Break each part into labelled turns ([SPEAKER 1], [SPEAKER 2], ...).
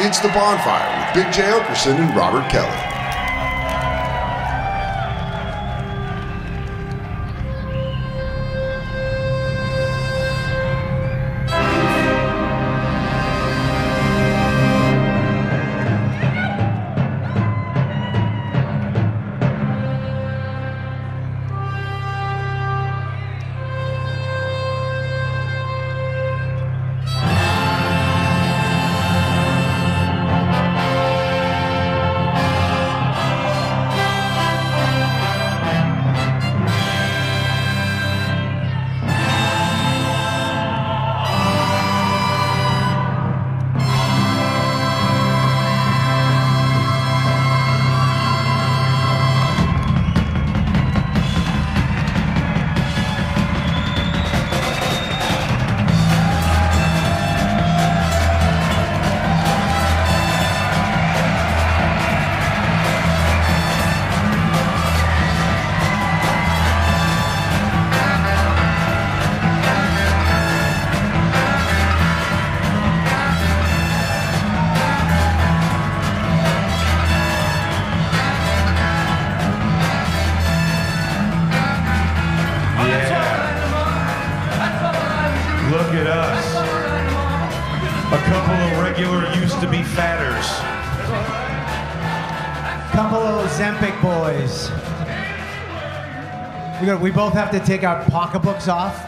[SPEAKER 1] it's The Bonfire with Big J. Okerson and Robert Kelly.
[SPEAKER 2] Look at us. A couple of regular used to be fatters.
[SPEAKER 3] Couple of Ozempic boys. We, got, we both have to take our pocketbooks off.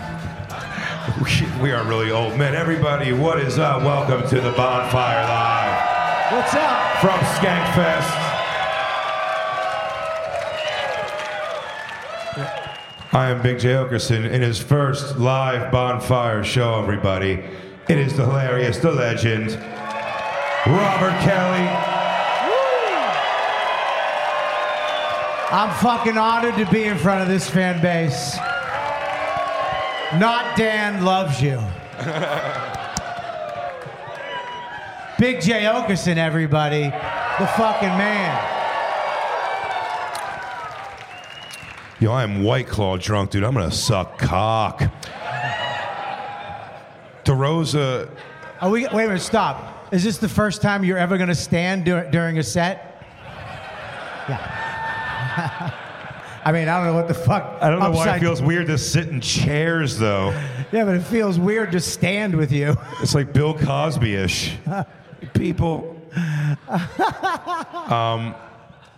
[SPEAKER 2] We, we are really old men. Everybody, what is up? Welcome to the Bonfire Live
[SPEAKER 3] What's up?
[SPEAKER 2] from Skankfest. I am Big J. Okerson in his first live Bonfire show, everybody. It is the hilarious, the legend, Robert Kelly.
[SPEAKER 3] I'm fucking honored to be in front of this fan base. Not Dan loves you. Big J. Okerson, everybody. The fucking man.
[SPEAKER 2] Yo, I am White Claw drunk, dude. I'm gonna suck cock. DeRosa,
[SPEAKER 3] Are we, wait a minute, stop. Is this the first time you're ever going to stand dur- during a set? Yeah. I mean, I don't know what the fuck.
[SPEAKER 2] I don't know why it
[SPEAKER 3] upside-
[SPEAKER 2] feels weird to sit in chairs though.
[SPEAKER 3] Yeah, but it feels weird to stand with you.
[SPEAKER 2] It's like Bill Cosby-ish. People. um,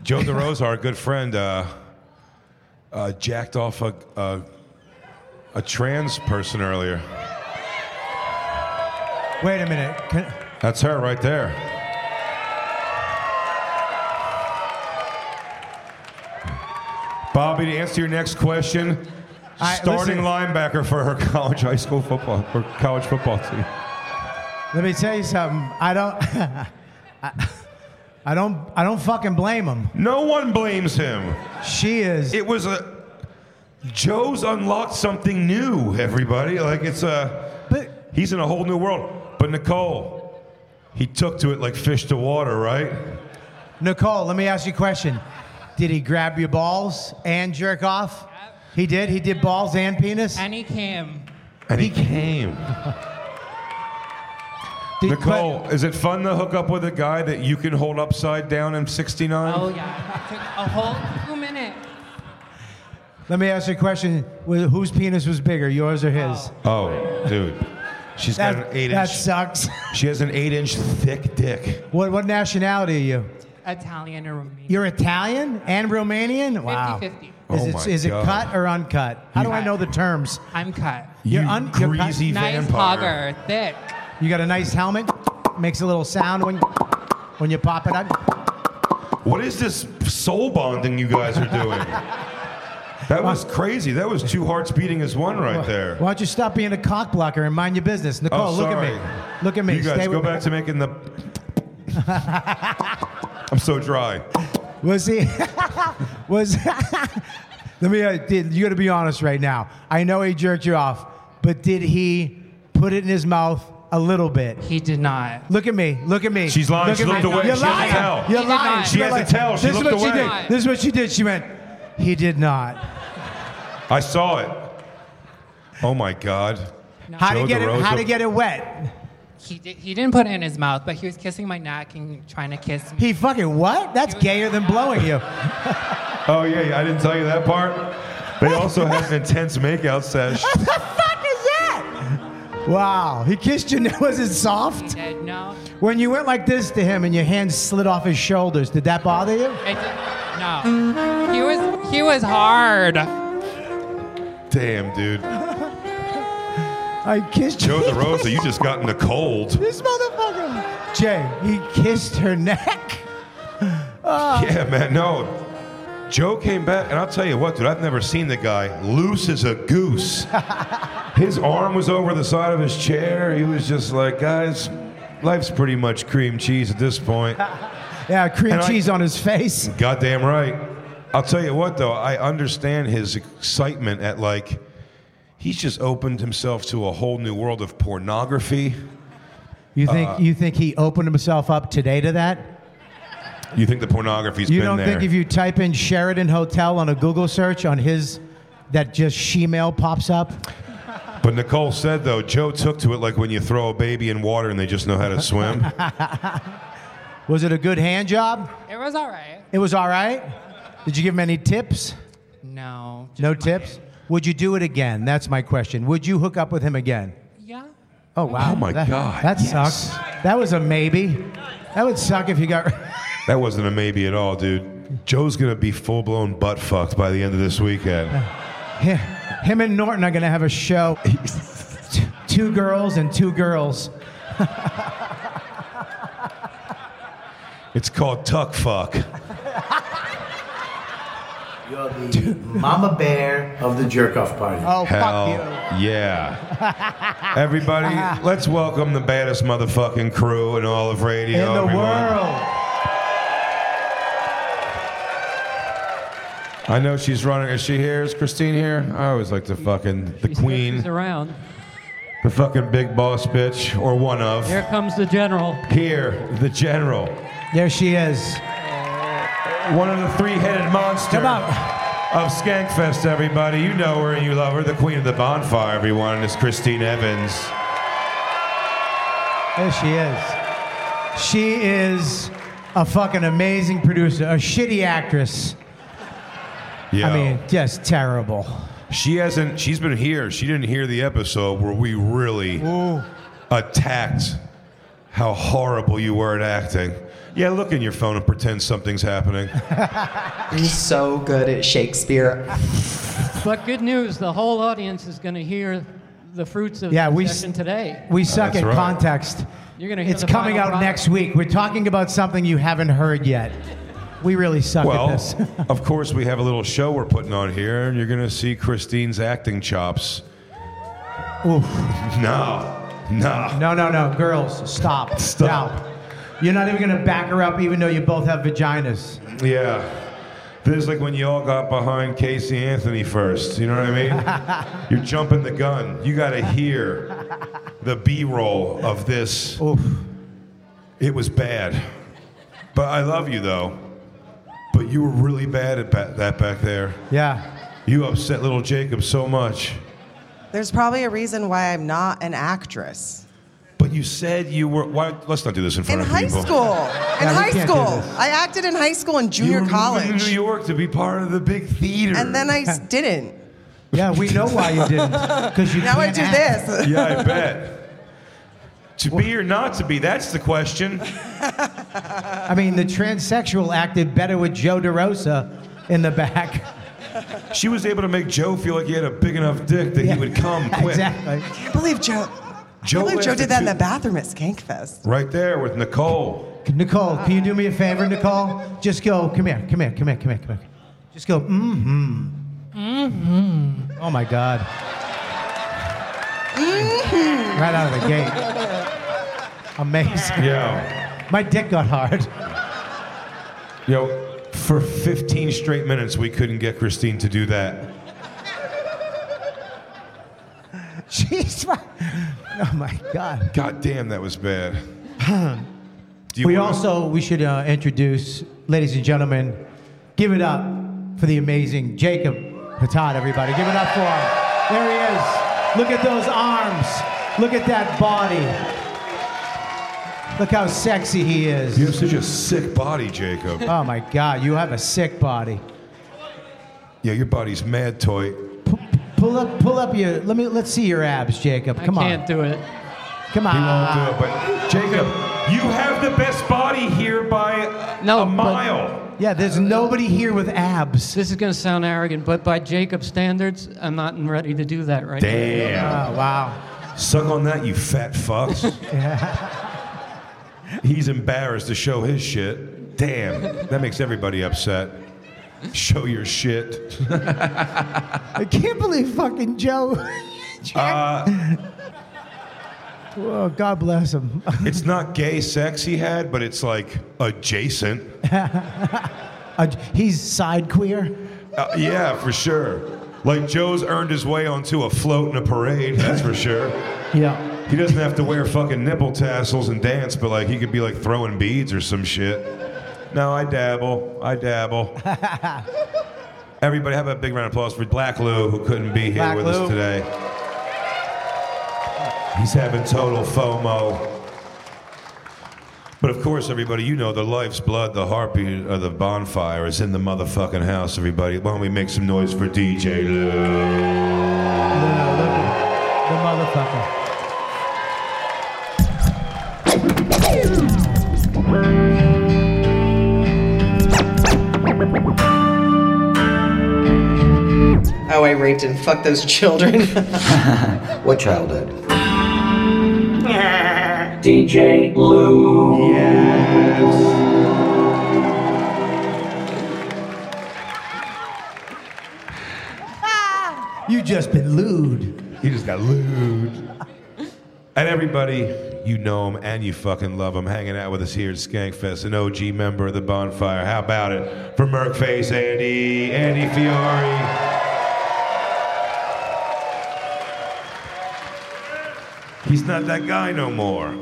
[SPEAKER 2] Joe DeRosa, our good friend, uh, uh, jacked off a, a a trans person earlier.
[SPEAKER 3] Wait a minute. Can,
[SPEAKER 2] That's her right there. Bobby, to answer your next question,
[SPEAKER 3] I-
[SPEAKER 2] starting
[SPEAKER 3] listen.
[SPEAKER 2] linebacker for her college high school football her college football team.
[SPEAKER 3] let me tell you something. I don't. I, I don't. I don't fucking blame him.
[SPEAKER 2] No one blames him.
[SPEAKER 3] She is.
[SPEAKER 2] It was a Joe's unlocked something new, everybody. Like it's a
[SPEAKER 3] but
[SPEAKER 2] he's in a whole new world. But Nicole, He took to it like fish to water, right?
[SPEAKER 3] Nicole, let me ask you a question. Did he grab your balls and jerk off? He did. He did balls and penis.
[SPEAKER 4] And he came.
[SPEAKER 2] And he came.
[SPEAKER 3] Did-
[SPEAKER 2] Nicole, is it fun to hook up with a guy that you can hold upside down in 69?
[SPEAKER 4] Oh yeah, it took a whole two minute.
[SPEAKER 3] but let me ask you a question. Wh- Whose penis was bigger, yours or his?
[SPEAKER 2] Oh, dude. She's got
[SPEAKER 3] That,
[SPEAKER 2] an eight
[SPEAKER 3] that
[SPEAKER 2] inch.
[SPEAKER 3] sucks.
[SPEAKER 2] She has an eight inch thick dick.
[SPEAKER 3] what, what nationality are you?
[SPEAKER 4] Italian or Romanian.
[SPEAKER 3] You're Italian and Romanian? Wow.
[SPEAKER 4] 50-50.
[SPEAKER 3] Is,
[SPEAKER 2] Oh
[SPEAKER 3] it,
[SPEAKER 2] my
[SPEAKER 3] is it
[SPEAKER 2] God.
[SPEAKER 3] cut or uncut? How do I
[SPEAKER 4] Cut.
[SPEAKER 3] know the terms?
[SPEAKER 4] I'm cut.
[SPEAKER 3] You're
[SPEAKER 2] You
[SPEAKER 3] un- you're cut-
[SPEAKER 2] greasy
[SPEAKER 4] Nice
[SPEAKER 2] vampire.
[SPEAKER 4] hogger, thick.
[SPEAKER 3] You got a nice helmet, makes a little sound when, when you pop it up.
[SPEAKER 2] What is this soul bonding you guys are doing? that was crazy. That was two hearts beating as one right there.
[SPEAKER 3] Why don't you stop being a cock blocker and mind your business? Nicole,
[SPEAKER 2] Oh,
[SPEAKER 3] look
[SPEAKER 2] sorry.
[SPEAKER 3] at me. Look at me.
[SPEAKER 2] You guys
[SPEAKER 3] Stay
[SPEAKER 2] go
[SPEAKER 3] with me.
[SPEAKER 2] back to making the. I'm so dry.
[SPEAKER 3] Was he? was? let me. Uh, did, you got to be honest right now. I know he jerked you off, but did he put it in his mouth a little bit?
[SPEAKER 4] He did not.
[SPEAKER 3] Look at me. Look at me.
[SPEAKER 2] She's lying.
[SPEAKER 3] Look
[SPEAKER 2] She
[SPEAKER 3] at
[SPEAKER 2] looked
[SPEAKER 3] me.
[SPEAKER 2] away.
[SPEAKER 3] You're
[SPEAKER 2] She has to
[SPEAKER 3] lying.
[SPEAKER 2] tell.
[SPEAKER 3] You're
[SPEAKER 4] He
[SPEAKER 3] lying.
[SPEAKER 4] did not. She
[SPEAKER 3] You're
[SPEAKER 2] has to
[SPEAKER 3] lying.
[SPEAKER 2] tell. She
[SPEAKER 3] this
[SPEAKER 2] looked
[SPEAKER 3] is what
[SPEAKER 2] away.
[SPEAKER 3] She did. This is what she did. She went. He did not.
[SPEAKER 2] I saw it. Oh my God.
[SPEAKER 3] How to
[SPEAKER 2] Joe
[SPEAKER 3] get it? How
[SPEAKER 2] DeRosa.
[SPEAKER 3] to get it wet?
[SPEAKER 4] He did. He didn't put it in his mouth, but he was kissing my neck and trying to kiss me.
[SPEAKER 3] He fucking what? That's gayer than blowing you.
[SPEAKER 2] Oh yeah, yeah, I didn't tell you that part. They also had an intense makeout sesh.
[SPEAKER 3] what the fuck is that? Wow. He kissed you. Was it
[SPEAKER 4] He
[SPEAKER 3] soft?
[SPEAKER 4] did no.
[SPEAKER 3] When you went like this to him and your hands slid off his shoulders, did that bother you?
[SPEAKER 4] I did, no. He was. He was hard.
[SPEAKER 2] Damn, dude.
[SPEAKER 3] I kissed
[SPEAKER 2] Joe
[SPEAKER 3] you.
[SPEAKER 2] DeRosa, you just got in the cold.
[SPEAKER 3] This motherfucker. Jay, he kissed her neck.
[SPEAKER 2] Yeah, man, no. Joe came back, and I'll tell you what, dude, I've never seen the guy loose as a goose. His arm was over the side of his chair. He was just like, guys, life's pretty much cream cheese at this point.
[SPEAKER 3] Yeah, cream
[SPEAKER 2] And I-
[SPEAKER 3] cheese on his face.
[SPEAKER 2] Goddamn right. I'll tell you what, though, I understand his excitement at like, he's just opened himself to a whole new world of pornography.
[SPEAKER 3] You think
[SPEAKER 2] Uh,
[SPEAKER 3] you think he opened himself up today to that?
[SPEAKER 2] You think the pornography's
[SPEAKER 3] You
[SPEAKER 2] been
[SPEAKER 3] don't
[SPEAKER 2] there?
[SPEAKER 3] think if you type in Sheridan Hotel on a Google search on his that just shemale pops up?
[SPEAKER 2] But Nicole said though, Joe took to it like when you throw a baby in water and they just know how to swim.
[SPEAKER 3] Was it a good hand job?
[SPEAKER 4] It was all right.
[SPEAKER 3] It was all right. Did you give him any tips?
[SPEAKER 4] No.
[SPEAKER 3] No tips. Would you do it again? That's my question. Would you hook up with him again?
[SPEAKER 4] Yeah.
[SPEAKER 3] Oh wow!
[SPEAKER 2] Oh, my
[SPEAKER 3] That-
[SPEAKER 2] God,
[SPEAKER 3] That
[SPEAKER 2] yes.
[SPEAKER 3] sucks. That was a maybe. That would suck if you got.
[SPEAKER 2] that wasn't a maybe at all, dude. Joe's gonna be full blown butt fucked by the end of this weekend.
[SPEAKER 3] Him and Norton are gonna have a show. T- two girls and two girls.
[SPEAKER 2] It's called tuck fuck.
[SPEAKER 5] You're the mama bear of the jerk off party.
[SPEAKER 3] Oh
[SPEAKER 2] Hell
[SPEAKER 3] fuck
[SPEAKER 2] yeah. Everybody, let's welcome the baddest motherfucking crew in all of
[SPEAKER 3] you!
[SPEAKER 2] radio.
[SPEAKER 3] In the
[SPEAKER 2] everyone.
[SPEAKER 3] world.
[SPEAKER 2] I know she's running. Is she here? Is Christine here? I always like to fucking the
[SPEAKER 4] He
[SPEAKER 2] queen,
[SPEAKER 4] switches around.
[SPEAKER 2] the fucking big boss bitch, or one of.
[SPEAKER 4] Here comes the general.
[SPEAKER 2] Here, the general,
[SPEAKER 3] There she is.
[SPEAKER 2] one of the three-headed monster.
[SPEAKER 3] Come on.
[SPEAKER 2] of Skankfest, everybody. You know her and you love her. The queen of the bonfire, everyone, is Christine Evans.
[SPEAKER 3] There she is. She is a fucking amazing producer, a shitty actress.
[SPEAKER 2] Yeah.
[SPEAKER 3] I mean, just terrible.
[SPEAKER 2] she hasn't, she's been here. She didn't hear the episode where we really
[SPEAKER 3] Ooh.
[SPEAKER 2] attacked how horrible you were at acting. Yeah, look in your phone and pretend something's happening.
[SPEAKER 6] so good at Shakespeare.
[SPEAKER 4] But good news, the whole audience is going to hear the fruits of
[SPEAKER 3] Yeah,
[SPEAKER 4] the
[SPEAKER 3] we
[SPEAKER 4] session
[SPEAKER 3] s-
[SPEAKER 4] today.
[SPEAKER 3] We suck
[SPEAKER 2] that's
[SPEAKER 3] at
[SPEAKER 2] right.
[SPEAKER 3] context.
[SPEAKER 4] You're gonna hear
[SPEAKER 3] It's
[SPEAKER 4] the
[SPEAKER 3] coming out
[SPEAKER 4] final product.
[SPEAKER 3] next week. We're talking about something you haven't heard yet. We really suck at
[SPEAKER 2] Well,
[SPEAKER 3] this.
[SPEAKER 2] of course, we have a little show we're putting on here, and you're going to see Christine's acting chops.
[SPEAKER 3] Oof.
[SPEAKER 2] No, no.
[SPEAKER 3] No, no, no, girls, stop,
[SPEAKER 2] Stop.
[SPEAKER 3] No. You're not even gonna back her up, even though you both have vaginas.
[SPEAKER 2] Yeah. This is like when you all got behind Casey Anthony first. You know what I mean? You're jumping the gun. You got to hear the B roll of this
[SPEAKER 3] Oof.
[SPEAKER 2] It was bad. But I love you though. But you were really bad at ba- that back there.
[SPEAKER 3] Yeah.
[SPEAKER 2] You upset little Jacob so much.
[SPEAKER 7] There's probably a reason why I'm not an actress.
[SPEAKER 2] But you said you were. Why, let's not do this in
[SPEAKER 7] In
[SPEAKER 2] front of
[SPEAKER 7] high
[SPEAKER 2] people.
[SPEAKER 7] school. In
[SPEAKER 2] we
[SPEAKER 7] high
[SPEAKER 2] can't do
[SPEAKER 7] school.
[SPEAKER 2] this.
[SPEAKER 7] I acted in high school and
[SPEAKER 2] You were
[SPEAKER 7] junior
[SPEAKER 2] moving
[SPEAKER 7] college.
[SPEAKER 2] to New York to be part of the big theater.
[SPEAKER 7] And then I s- didn't.
[SPEAKER 3] Yeah, we know why you didn't. Because you
[SPEAKER 7] Now I
[SPEAKER 3] can't
[SPEAKER 7] do
[SPEAKER 3] act.
[SPEAKER 7] this.
[SPEAKER 2] yeah, I bet. To be or not to be, that's the question.
[SPEAKER 3] I mean, the transsexual acted better with Joe DeRosa in the back.
[SPEAKER 2] She was able to make Joe feel like he had a big enough dick that he would come quick.
[SPEAKER 3] exactly.
[SPEAKER 7] I can't believe Joe.
[SPEAKER 2] Joe
[SPEAKER 7] I can't believe Joe
[SPEAKER 2] laughed
[SPEAKER 7] did that in
[SPEAKER 2] too.
[SPEAKER 7] the bathroom at Skankfest.
[SPEAKER 2] Right there with Nicole.
[SPEAKER 3] Nicole, can you do me a favor, Nicole? Just go, come here, come here, come here, come here, come here. Just go, mm hmm. Mm hmm. Oh my God.
[SPEAKER 7] Mm-hmm.
[SPEAKER 3] Right out of the gate. Amazing.
[SPEAKER 2] Yeah.
[SPEAKER 3] My dick got hard.
[SPEAKER 2] Yo, for 15 straight minutes, we couldn't get Christine to do that.
[SPEAKER 3] She's. fu- Oh my God.
[SPEAKER 2] God damn, that was bad. Do you
[SPEAKER 3] We
[SPEAKER 2] wanna-
[SPEAKER 3] also we should uh, introduce, ladies and gentlemen, give it up for the amazing Jacob Patat. Everybody, give it up for him. There he is. Look at those arms. Look at that body. Look how sexy he is.
[SPEAKER 2] You have such a sick body, Jacob.
[SPEAKER 3] Oh my God, you have a sick body.
[SPEAKER 2] yeah, your body's mad toy.
[SPEAKER 3] P- pull up, pull up your. Let me. Let's see your abs, Jacob. Come
[SPEAKER 4] I
[SPEAKER 3] on.
[SPEAKER 4] can't do it.
[SPEAKER 3] Come on.
[SPEAKER 2] He won't do it, but Jacob, you have the best body here by a-
[SPEAKER 4] No,
[SPEAKER 2] a
[SPEAKER 4] but-
[SPEAKER 2] mile.
[SPEAKER 3] Yeah, there's nobody here with abs.
[SPEAKER 4] This is going to sound arrogant, but by Jacob standards, I'm not ready to do that right now.
[SPEAKER 3] Oh
[SPEAKER 2] Damn.
[SPEAKER 3] wow.
[SPEAKER 2] Suck on that, you fat fucks. He's embarrassed to show his shit. Damn. That makes everybody upset. Show your shit.
[SPEAKER 3] I can't believe fucking Joe. Jack-
[SPEAKER 2] Uh,
[SPEAKER 3] oh, God bless him.
[SPEAKER 2] It's not gay sex he had, but it's like adjacent.
[SPEAKER 3] Uh, he's side queer.
[SPEAKER 2] Uh, yeah, for sure. Like Joe's earned his way onto a float in a parade, that's for sure.
[SPEAKER 3] Yeah.
[SPEAKER 2] He doesn't have to wear fucking nipple tassels and dance, but like he could be like throwing beads or some shit. No, I dabble. I dabble. Everybody, have a big round of applause for Black Lou, who couldn't be here
[SPEAKER 3] Black
[SPEAKER 2] with
[SPEAKER 3] Lou.
[SPEAKER 2] us today. He's having total FOMO. But of course, everybody, you know the life's blood, the heartbeat of the bonfire is in the motherfucking house, everybody. Why don't we make some noise for DJ Lou?
[SPEAKER 3] No, no, look at The motherfucker.
[SPEAKER 7] Oh, I raped and fucked those children.
[SPEAKER 8] What childhood? DJ Lou.
[SPEAKER 3] You just been lewd.
[SPEAKER 2] He just got lewd. And everybody, you know him and you fucking love him, hanging out with us here at Skankfest, an OG member of the bonfire. How about it? For Merkface Andy, Andy Fiore. He's not that guy no more.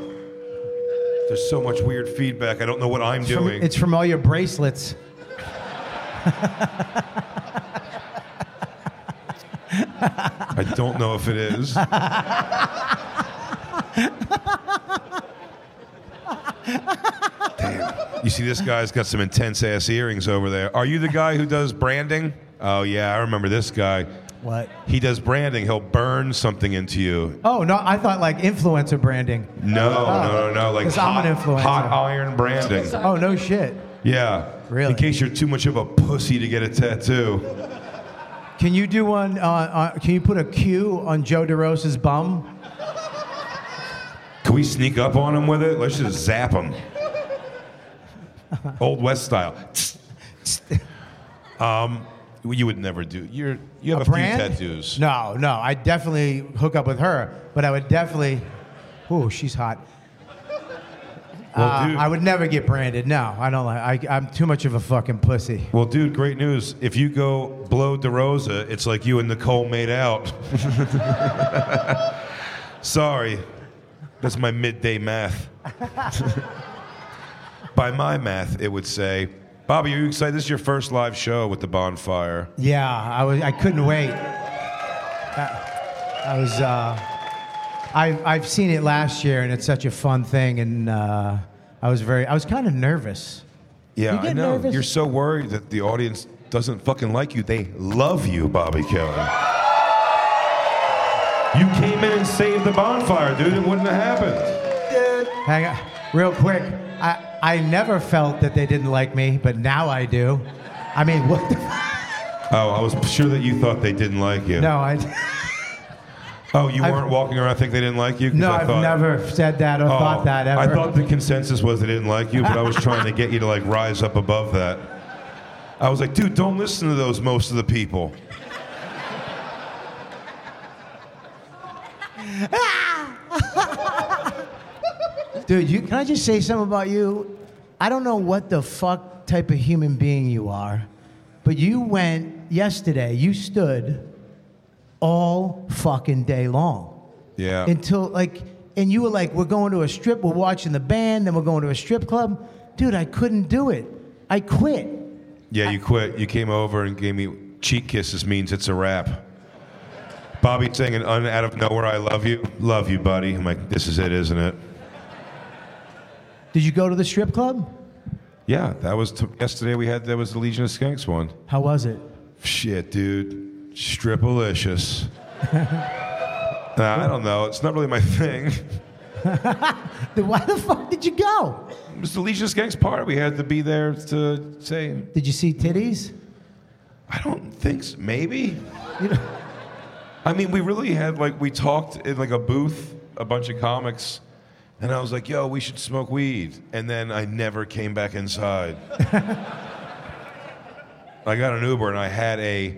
[SPEAKER 2] There's so much weird feedback. I don't know what I'm
[SPEAKER 3] It's from,
[SPEAKER 2] doing.
[SPEAKER 3] it's from all your bracelets.
[SPEAKER 2] I don't know if it is. Damn. You see, this guy's got some intense ass earrings over there. Are you the guy who does branding? Oh, yeah, I remember this guy.
[SPEAKER 3] What?
[SPEAKER 2] He does branding, he'll burn something into you.
[SPEAKER 3] Oh no, I thought like influencer branding.
[SPEAKER 2] No, no, no, no. Like
[SPEAKER 3] 'Cause I'm
[SPEAKER 2] hot,
[SPEAKER 3] an influencer.
[SPEAKER 2] hot iron branding.
[SPEAKER 3] Oh no shit.
[SPEAKER 2] Yeah.
[SPEAKER 3] Really?
[SPEAKER 2] In case you're too much of a pussy to get a tattoo.
[SPEAKER 3] Can you do one? Uh, uh, can you put a Q on Joe DeRosa's bum?
[SPEAKER 2] Can we sneak up on him with it? Let's just zap him. Old West style. um, you would never do. You're you have a,
[SPEAKER 3] brand?
[SPEAKER 2] few tattoos.
[SPEAKER 3] No, no. I definitely hook up with her, but I would definitely. Ooh, she's hot.
[SPEAKER 2] Well,
[SPEAKER 3] Uh,
[SPEAKER 2] dude,
[SPEAKER 3] I would never get branded. No, I don't like. I, I'm too much of a fucking pussy.
[SPEAKER 2] well, dude, great news. If you go blow DeRosa, it's like you and Nicole made out. Sorry, that's my midday math. by my math, it would say, Bobby, are you excited? This is your first live show with the bonfire.
[SPEAKER 3] Yeah, I was. I couldn't wait. I, I was. Uh, I I've seen it last year, and it's such a fun thing. And uh, I was very. I was kind of nervous.
[SPEAKER 2] Yeah,
[SPEAKER 3] You
[SPEAKER 2] I
[SPEAKER 3] get
[SPEAKER 2] know.
[SPEAKER 3] nervous?
[SPEAKER 2] You're so worried that the audience doesn't fucking like you. They love you, Bobby Kelly. You came in and saved the bonfire, dude. It wouldn't have happened.
[SPEAKER 3] Hang on, real quick. I I never felt that they didn't like me, but now I do. I mean, what the?
[SPEAKER 2] Oh, I was sure that you thought they didn't like you.
[SPEAKER 3] No, I.
[SPEAKER 2] Oh, you
[SPEAKER 3] I've-
[SPEAKER 2] weren't walking around thinking they didn't like you? 'Cause
[SPEAKER 3] No,
[SPEAKER 2] I
[SPEAKER 3] I've
[SPEAKER 2] thought,
[SPEAKER 3] never said that or
[SPEAKER 2] Oh,
[SPEAKER 3] thought that ever.
[SPEAKER 2] I thought the consensus was they didn't like you, but I was trying to get you to like rise up above that. I was like, dude, don't listen to those most of the people.
[SPEAKER 3] Dude, you, can I just say something about you? I don't know what the fuck type of human being you are, but you went yesterday, you stood all fucking day long
[SPEAKER 2] Yeah.
[SPEAKER 3] until like, and you were like, we're going to a strip, we're watching the band, then we're going to a strip club. Dude, I couldn't do it. I quit.
[SPEAKER 2] Yeah, you quit. You came over and gave me cheek kisses means it's a wrap. Bobby singing un out of nowhere, I love you. Love you, buddy. I'm like, this is it, isn't it?
[SPEAKER 3] Did you go to the strip club?
[SPEAKER 2] Yeah, that was t- yesterday we had that was the Legion of Skanks one.
[SPEAKER 3] How was it?
[SPEAKER 2] Shit, dude. Stripalicious. nah, I don't know. It's not really my thing.
[SPEAKER 3] Then why the fuck did you go?
[SPEAKER 2] It was the Legion of Skanks part. We had to be there to say,
[SPEAKER 3] Did you see titties?
[SPEAKER 2] I don't think so. Maybe. I mean, we really had like we talked in like a booth, a bunch of comics, and I was like, "Yo, we should smoke weed," and then I never came back inside. I got an Uber and I had a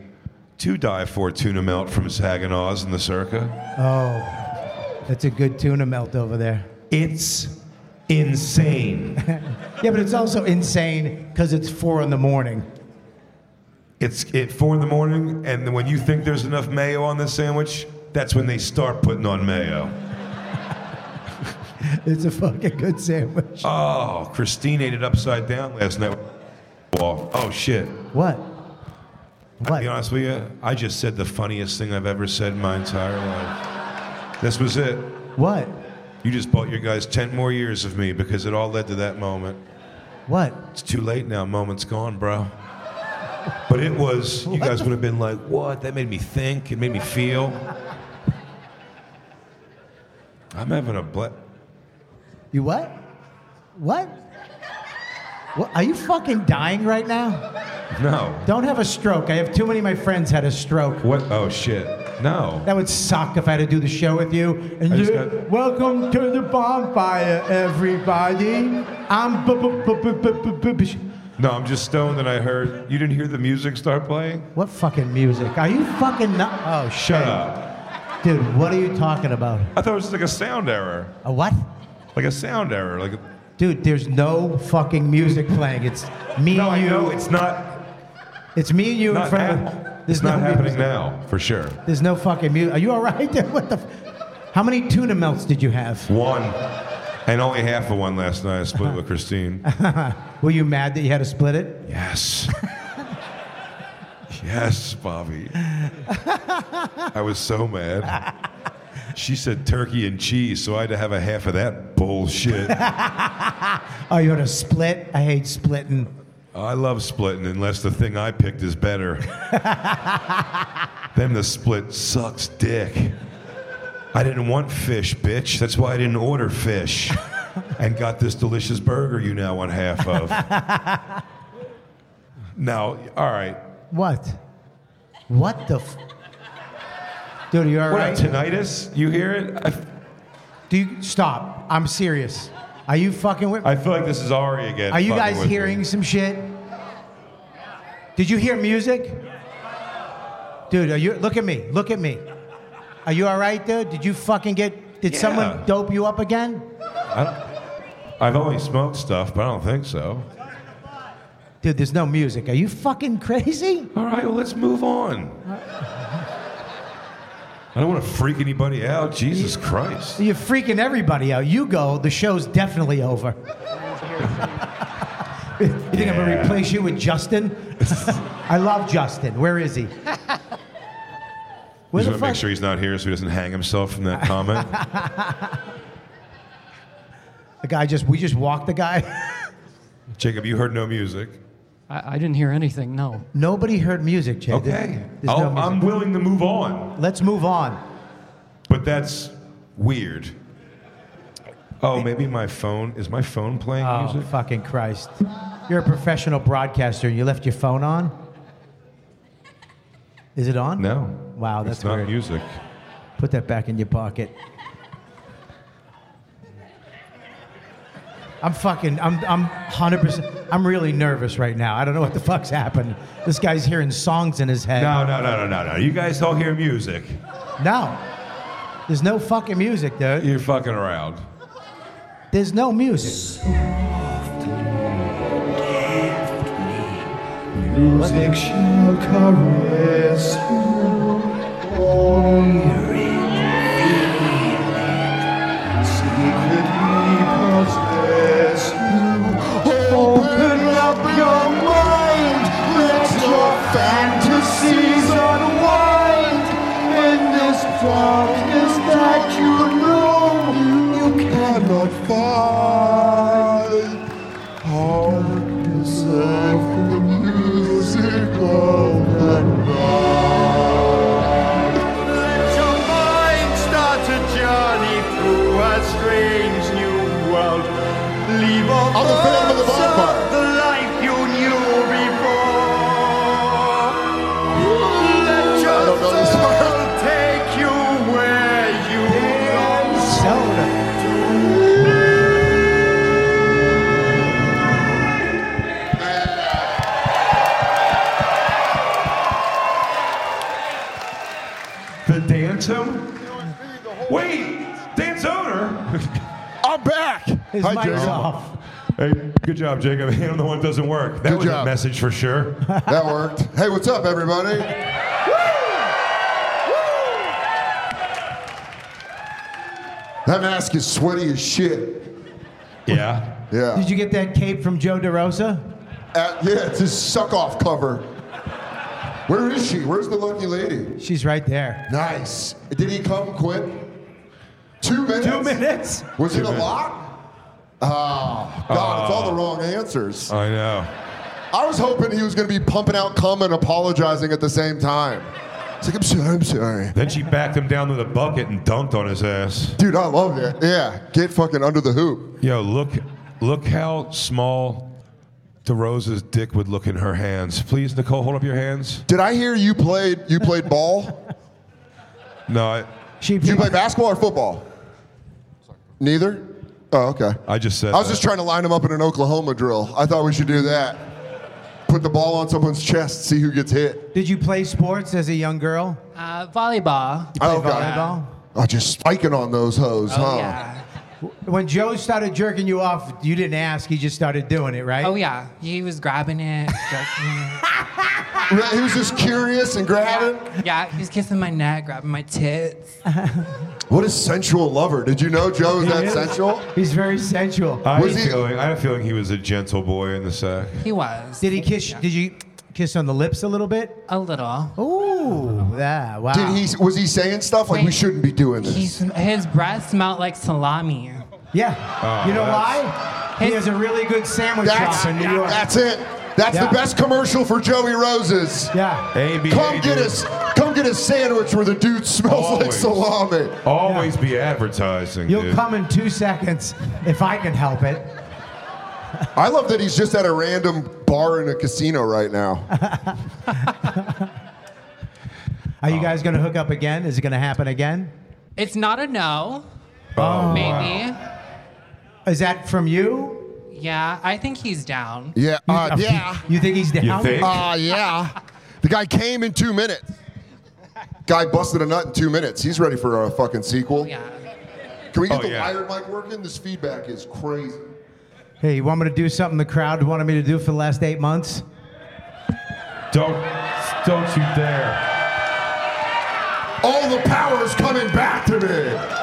[SPEAKER 2] two dive for tuna melt from Saginaw's in the Circa.
[SPEAKER 3] Oh, that's a good tuna melt over there.
[SPEAKER 2] It's insane.
[SPEAKER 3] Yeah, but it's also insane because it's four in the morning.
[SPEAKER 2] It's at four in the morning, and then when you think there's enough mayo on this sandwich, that's when they start putting on mayo.
[SPEAKER 3] It's a fucking good sandwich.
[SPEAKER 2] Oh, Christine ate it upside down last night. Wall. Oh shit.
[SPEAKER 3] What?
[SPEAKER 2] To
[SPEAKER 3] What?
[SPEAKER 2] be honest with you, I just said the funniest thing I've ever said in my entire life. This was it.
[SPEAKER 3] What?
[SPEAKER 2] You just bought your guys 10 more years of me because it all led to that moment.
[SPEAKER 3] What?
[SPEAKER 2] It's too late now. Moment's gone, bro. But it was, you guys would have been like, what? That made me think. It made me feel. I'm having a ble-
[SPEAKER 3] You what? What? What? Are you fucking dying right now?
[SPEAKER 2] No.
[SPEAKER 3] Don't have a stroke. I have too many of my friends had a stroke.
[SPEAKER 2] What? Oh, shit. No.
[SPEAKER 3] That would suck if I had to do the show with you. And
[SPEAKER 2] I
[SPEAKER 3] you,
[SPEAKER 2] just got-
[SPEAKER 3] welcome to the bonfire, everybody. I'm. bu- bu- bu- bu- bu- bu- bu- bu-
[SPEAKER 2] No, I'm just stoned and I heard, you didn't hear the music start playing?
[SPEAKER 3] What fucking music? Are you fucking not? Oh,
[SPEAKER 2] Shut
[SPEAKER 3] shit.
[SPEAKER 2] up.
[SPEAKER 3] Dude, what are you talking about?
[SPEAKER 2] I thought it was just like a sound error.
[SPEAKER 3] A what?
[SPEAKER 2] Like a sound error. Like a-
[SPEAKER 3] Dude, there's no fucking music playing. It's me
[SPEAKER 2] No,
[SPEAKER 3] and
[SPEAKER 2] I
[SPEAKER 3] you.
[SPEAKER 2] know it's not.
[SPEAKER 3] It's me and you
[SPEAKER 2] not
[SPEAKER 3] in front
[SPEAKER 2] hap-
[SPEAKER 3] of.
[SPEAKER 2] it's not
[SPEAKER 3] no
[SPEAKER 2] happening
[SPEAKER 3] music.
[SPEAKER 2] now for sure.
[SPEAKER 3] There's no fucking music. Are you all right? Dude, what the? F- How many tuna melts did you have?
[SPEAKER 2] One, and only half of one last night. I split with Christine.
[SPEAKER 3] Were you mad that you had to split it?
[SPEAKER 2] Yes. Yes, Bobby. I was so mad. She said turkey and cheese, so I had to have a half of that bullshit.
[SPEAKER 3] Oh, you had to split. I hate splitting.
[SPEAKER 2] I love splitting unless the thing I picked is better. then the split sucks dick. I didn't want fish, bitch. That's why I didn't order fish and got this delicious burger you now want half of. now, all right.
[SPEAKER 3] What? What the? F- Dude, are you all
[SPEAKER 2] What, I
[SPEAKER 3] right?
[SPEAKER 2] have tinnitus? You hear it? I,
[SPEAKER 3] Do you stop? I'm serious. Are you fucking with?
[SPEAKER 2] I feel like this is Ari again.
[SPEAKER 3] Are you
[SPEAKER 2] fucking
[SPEAKER 3] guys
[SPEAKER 2] with me.
[SPEAKER 3] hearing some shit? Did you hear music? Dude, are you look at me. Look at me. Are you all right, dude? Did you fucking get did
[SPEAKER 2] Yeah.
[SPEAKER 3] someone dope you up again?
[SPEAKER 2] I don't, I've only smoked stuff, but I don't think so.
[SPEAKER 3] Dude, there's no music. Are you fucking crazy?
[SPEAKER 2] All right, well, let's move on. I don't want to freak anybody out. Jesus Christ.
[SPEAKER 3] You're freaking everybody out. You go, the show's definitely over. You think I'm gonna
[SPEAKER 2] Yeah.
[SPEAKER 3] replace you with Justin? I love Justin. Where is he? Where
[SPEAKER 2] Just
[SPEAKER 3] the
[SPEAKER 2] want to make
[SPEAKER 3] fuck-
[SPEAKER 2] sure he's not here so he doesn't hang himself from that comment.
[SPEAKER 3] The guy just we just walked the guy.
[SPEAKER 2] Jacob, you heard no music.
[SPEAKER 4] I, I didn't hear anything, no.
[SPEAKER 3] Nobody heard music, Jay.
[SPEAKER 2] Okay. Oh, um,
[SPEAKER 3] There's no
[SPEAKER 2] I'll- I'm willing to move on,
[SPEAKER 3] Let's move on.
[SPEAKER 2] but that's weird. Oh, maybe my phone. Is my phone playing
[SPEAKER 3] Oh,
[SPEAKER 2] music?
[SPEAKER 3] fucking Christ. You're a professional broadcaster and you left your phone on? Is it on?
[SPEAKER 2] No.
[SPEAKER 3] Wow, that's
[SPEAKER 2] it's not
[SPEAKER 3] weird.
[SPEAKER 2] music.
[SPEAKER 3] Put that back in your pocket. I'm fucking, I'm, I'm 100%, I'm really nervous right now. I don't know what the fuck's happened. This guy's hearing songs in his head.
[SPEAKER 2] No, no, no, no, no, no. You guys don't hear music.
[SPEAKER 3] No. There's no fucking music, dude.
[SPEAKER 2] You're fucking around.
[SPEAKER 3] There's no music.
[SPEAKER 9] Music shall caress you. Oh, you're in Secretly possess you. Open up your mind. Let your fantasies unwind. In this darkness that you know you cannot find. Hardness of the music of the night. Let your mind start a journey through a strange new world. Leave off
[SPEAKER 10] I'm a fan of the
[SPEAKER 9] bars of
[SPEAKER 10] bonfire.
[SPEAKER 9] the life you knew before. Let your
[SPEAKER 10] don't know this
[SPEAKER 9] soul take you where you belong.
[SPEAKER 3] Soda.
[SPEAKER 2] The Dantum? Wait, Dan's owner?
[SPEAKER 10] I'm back.
[SPEAKER 3] His
[SPEAKER 10] Hi,
[SPEAKER 3] mic's
[SPEAKER 10] Jacob.
[SPEAKER 3] off.
[SPEAKER 2] Hey, good job, Jacob. Hand on the one that doesn't work. That
[SPEAKER 10] Good
[SPEAKER 2] was
[SPEAKER 10] job.
[SPEAKER 2] a message for sure.
[SPEAKER 10] That worked. Hey, what's up, everybody? That mask is sweaty as shit.
[SPEAKER 2] yeah.
[SPEAKER 10] Yeah.
[SPEAKER 3] Did you get that cape from Joe DeRosa?
[SPEAKER 10] Uh, yeah, it's his suck off cover. Where is she? Where's the lucky lady?
[SPEAKER 3] She's right there.
[SPEAKER 10] Nice. Did he come quick? Two minutes?
[SPEAKER 3] Two minutes?
[SPEAKER 10] Was
[SPEAKER 2] Two
[SPEAKER 10] it a
[SPEAKER 2] minutes. Ah.
[SPEAKER 10] lot? Oh, God, it's all the wrong answers.
[SPEAKER 2] I know.
[SPEAKER 10] I was hoping he was going to be pumping out cum and apologizing at the same time. It's like, I'm sorry, I'm sorry.
[SPEAKER 2] Then she backed him down with a bucket and dunked on his ass.
[SPEAKER 10] Dude, I loved it. Yeah, get fucking under the hoop.
[SPEAKER 2] Yo, look, look how small DeRosa's dick would look in her hands. Please, Nicole, hold up your hands.
[SPEAKER 10] Did I hear you played you played ball?
[SPEAKER 2] No, I,
[SPEAKER 3] She
[SPEAKER 10] Did you play basketball or football? Neither? Oh, okay.
[SPEAKER 2] I just said.
[SPEAKER 10] I was
[SPEAKER 2] that.
[SPEAKER 10] just trying to line them up in an Oklahoma drill. I thought we should do that. Put the ball on someone's chest, see who gets hit.
[SPEAKER 3] Did you play sports as a young girl?
[SPEAKER 4] Uh, volleyball.
[SPEAKER 10] Oh,
[SPEAKER 3] Volleyball?
[SPEAKER 10] Oh, just spiking on those hoes, huh?
[SPEAKER 4] Oh, yeah.
[SPEAKER 3] When Joe started jerking you off, you didn't ask. He just started doing it, right?
[SPEAKER 4] Oh, yeah. He was grabbing it. jerking
[SPEAKER 10] Right, He was just curious and grabbing.
[SPEAKER 4] it. yeah, he was kissing my neck, grabbing my tits.
[SPEAKER 10] What a sensual lover. Did you know Joe is that
[SPEAKER 3] is.
[SPEAKER 10] sensual?
[SPEAKER 3] He's very sensual.
[SPEAKER 2] I,
[SPEAKER 10] Was
[SPEAKER 2] had a
[SPEAKER 10] he-
[SPEAKER 2] feeling, I had a feeling he was a gentle boy in the sack.
[SPEAKER 4] He was.
[SPEAKER 3] Did he kiss? Did you kiss on the lips a little bit?
[SPEAKER 4] A little.
[SPEAKER 3] Ooh, yeah, wow.
[SPEAKER 10] Did he was he saying stuff like we
[SPEAKER 4] Wait.
[SPEAKER 10] shouldn't be doing
[SPEAKER 4] He,
[SPEAKER 10] this?
[SPEAKER 4] sm- his breath smelled like salami.
[SPEAKER 3] Yeah.
[SPEAKER 2] Oh,
[SPEAKER 3] you know
[SPEAKER 2] that's-
[SPEAKER 3] why? He has a really good sandwich
[SPEAKER 10] That's
[SPEAKER 3] shop in New York.
[SPEAKER 10] that's it. That's
[SPEAKER 3] Yeah.
[SPEAKER 10] the best commercial for Joey Roses.
[SPEAKER 3] yeah.
[SPEAKER 2] ABA,
[SPEAKER 10] Come get
[SPEAKER 2] dude.
[SPEAKER 10] us come get a sandwich where the dude smells like
[SPEAKER 2] Always.
[SPEAKER 10] salami.
[SPEAKER 2] Always be advertising.
[SPEAKER 3] You'll
[SPEAKER 2] dude.
[SPEAKER 3] come in two seconds if I can help it.
[SPEAKER 10] I love that he's just at a random bar in a casino right now.
[SPEAKER 3] Are
[SPEAKER 2] Oh.
[SPEAKER 3] you guys going to hook up again? Is it going to happen again?
[SPEAKER 4] It's not a no,
[SPEAKER 2] Oh,
[SPEAKER 4] maybe.
[SPEAKER 3] Is that from you?
[SPEAKER 4] Yeah, I think he's down.
[SPEAKER 10] Yeah, uh, yeah.
[SPEAKER 3] You think he's down?
[SPEAKER 2] You think?
[SPEAKER 10] Uh, yeah. The guy came in two minutes. Guy busted a nut in two minutes. He's ready for a fucking sequel.
[SPEAKER 4] Yeah.
[SPEAKER 10] Can we get
[SPEAKER 2] Oh,
[SPEAKER 10] the
[SPEAKER 2] yeah.
[SPEAKER 10] wired mic working? This feedback is crazy.
[SPEAKER 3] Hey, you want me to do something the crowd wanted me to do for the last eight months?
[SPEAKER 2] Don't, don't you dare.
[SPEAKER 10] All the power is coming back to me.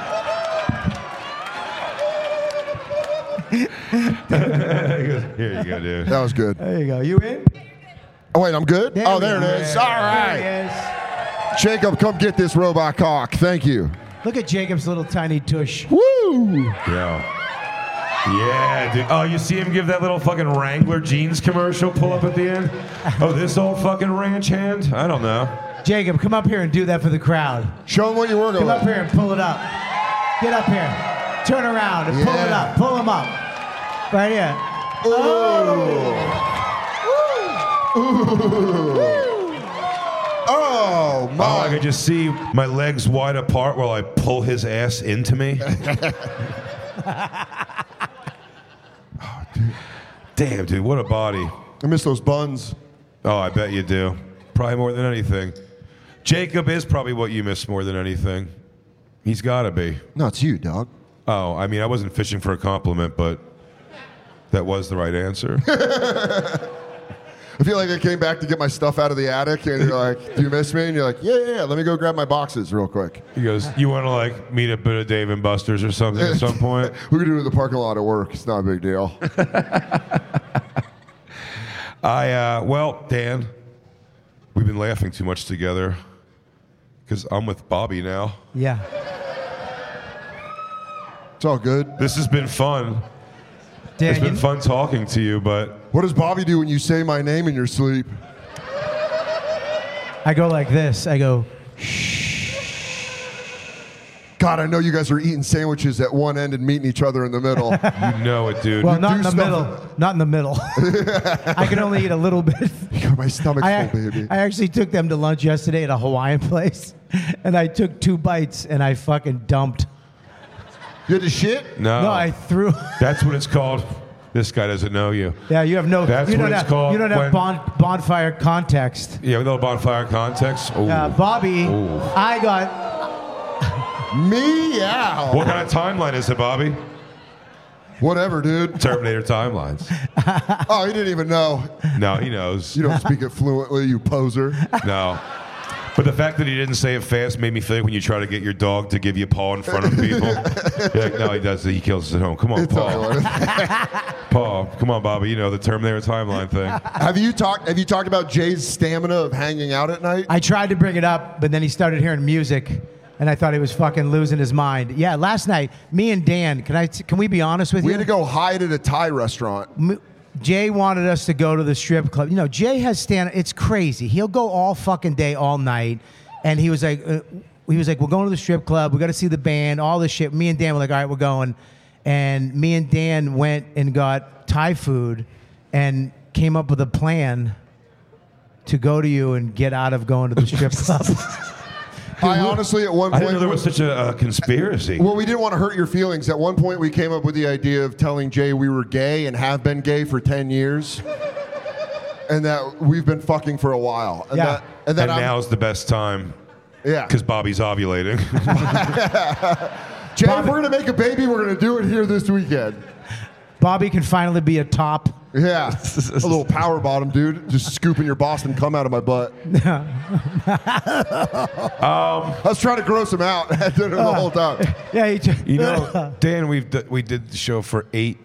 [SPEAKER 2] He goes, Here you go, dude.
[SPEAKER 10] That was good.
[SPEAKER 3] There you go. You in?
[SPEAKER 10] Oh, wait, I'm good? oh, there it is. All right. Jacob, come get this robot cock. Thank you.
[SPEAKER 3] Look at Jacob's little tiny tush.
[SPEAKER 10] Woo!
[SPEAKER 2] Yeah. Yeah, dude. Oh, you see him give that little fucking Wrangler jeans commercial pull up at the end? Oh, this old fucking ranch hand? I don't know.
[SPEAKER 3] Jacob, come up here and do that for the crowd.
[SPEAKER 10] Show them what you're working
[SPEAKER 3] Come
[SPEAKER 10] with.
[SPEAKER 3] up here and pull it up. Get up here. Turn around and pull it
[SPEAKER 10] Yeah.
[SPEAKER 3] up. Pull him up. Right here.
[SPEAKER 10] Oh, my.
[SPEAKER 2] Oh, I could just see my legs wide apart while I pull his ass into me. Oh, dude. Damn, dude, what a body.
[SPEAKER 10] I miss those buns.
[SPEAKER 2] Oh, I bet you do. Probably more than anything. Jacob is probably what you miss more than anything. He's got to be.
[SPEAKER 10] No, it's you, dog.
[SPEAKER 2] Oh, I mean, I wasn't fishing for a compliment, but that was the right answer.
[SPEAKER 10] I feel like I came back to get my stuff out of the attic, and you're like, "Do you miss me?" And you're like, "Yeah, yeah, yeah. Let me go grab my boxes real quick."
[SPEAKER 2] He goes, "You want to like meet up at a Dave and Buster's or something at some point?"
[SPEAKER 10] We're gonna do it in the parking lot at work. It's not a big deal.
[SPEAKER 2] I uh, well, Dan, we've been laughing too much together because I'm with Bobby now.
[SPEAKER 3] Yeah.
[SPEAKER 10] It's all good.
[SPEAKER 2] This has been fun.
[SPEAKER 3] Dan,
[SPEAKER 2] it's been
[SPEAKER 3] you-
[SPEAKER 2] fun talking to you, but
[SPEAKER 10] What does Bobby do when you say my name in your sleep?
[SPEAKER 3] I go like this. I go,
[SPEAKER 10] God, I know you guys are eating sandwiches at one end and meeting each other in the middle.
[SPEAKER 2] you know it, dude.
[SPEAKER 3] well, not in the
[SPEAKER 10] stuff-
[SPEAKER 3] middle. Not in the middle. I can only eat a little bit.
[SPEAKER 10] my stomach's
[SPEAKER 3] I,
[SPEAKER 10] full, baby.
[SPEAKER 3] I actually took them to lunch yesterday at a Hawaiian place, and I took two bites and I fucking dumped.
[SPEAKER 10] you had to shit?
[SPEAKER 2] no,
[SPEAKER 3] No, I threw.
[SPEAKER 2] that's what it's called. This guy doesn't know you.
[SPEAKER 3] Yeah, you have no.
[SPEAKER 2] That's
[SPEAKER 3] you
[SPEAKER 2] what
[SPEAKER 3] don't
[SPEAKER 2] it's
[SPEAKER 3] have,
[SPEAKER 2] called
[SPEAKER 3] You don't
[SPEAKER 2] when-
[SPEAKER 3] have bon, bonfire context.
[SPEAKER 2] Yeah, with a little bonfire context. Ooh.
[SPEAKER 3] Uh, Bobby,
[SPEAKER 2] Ooh.
[SPEAKER 3] I got.
[SPEAKER 10] Meow.
[SPEAKER 2] What kind of timeline is it, Bobby?
[SPEAKER 10] Whatever, dude.
[SPEAKER 2] Terminator timelines.
[SPEAKER 10] Oh, he didn't even know.
[SPEAKER 2] No, he knows.
[SPEAKER 10] You don't speak it fluently, you poser.
[SPEAKER 2] No. But the fact that he didn't say it fast made me feel like when you try to get your dog to give you paw in front of people. You're like, no, he does. He kills us at home. Come on,
[SPEAKER 10] It's all
[SPEAKER 2] Paul.
[SPEAKER 10] right.
[SPEAKER 2] Paul, come on, Bobby. You know the Terminator timeline thing.
[SPEAKER 10] have you talked? Have you talked about Jay's stamina of hanging out at night?
[SPEAKER 3] I tried to bring it up, but then he started hearing music, and I thought he was fucking losing his mind. Yeah, last night, me and Dan. Can I? Can we be honest with
[SPEAKER 10] we
[SPEAKER 3] you?
[SPEAKER 10] had to go hide at a Thai restaurant.
[SPEAKER 3] M- Jay wanted us to go to the strip club. You know, Jay has stand. It's crazy. He'll go all fucking day, all night, and he was like, uh, he was like, we're going to the strip club. We got to see the band. All this shit. Me and Dan were like, all right, we're going. And me and Dan went and got Thai food, and came up with a plan to go to you and get out of going to the strip club.
[SPEAKER 10] I honestly, at one
[SPEAKER 2] I
[SPEAKER 10] point,
[SPEAKER 2] didn't know there was such a, a conspiracy.
[SPEAKER 10] Well, we didn't want to hurt your feelings. At one point, we came up with the idea of telling Jay we were gay and have been gay for 10 years. And that we've been fucking for a while. And
[SPEAKER 3] Yeah.
[SPEAKER 10] That, and then
[SPEAKER 2] And
[SPEAKER 10] I'm-
[SPEAKER 2] now's the best time
[SPEAKER 10] yeah.
[SPEAKER 2] because Bobby's ovulating.
[SPEAKER 10] Jay, if we're going to make a baby, we're going to do it here this weekend.
[SPEAKER 3] Bobby can finally be a top.
[SPEAKER 10] Yeah. a little power bottom, dude. Just scooping your Boston cum out of my butt.
[SPEAKER 2] Um,
[SPEAKER 10] I was trying to gross him out the whole time.
[SPEAKER 3] Yeah, he ju-
[SPEAKER 2] you know, Dan, we've d- we did the show for eight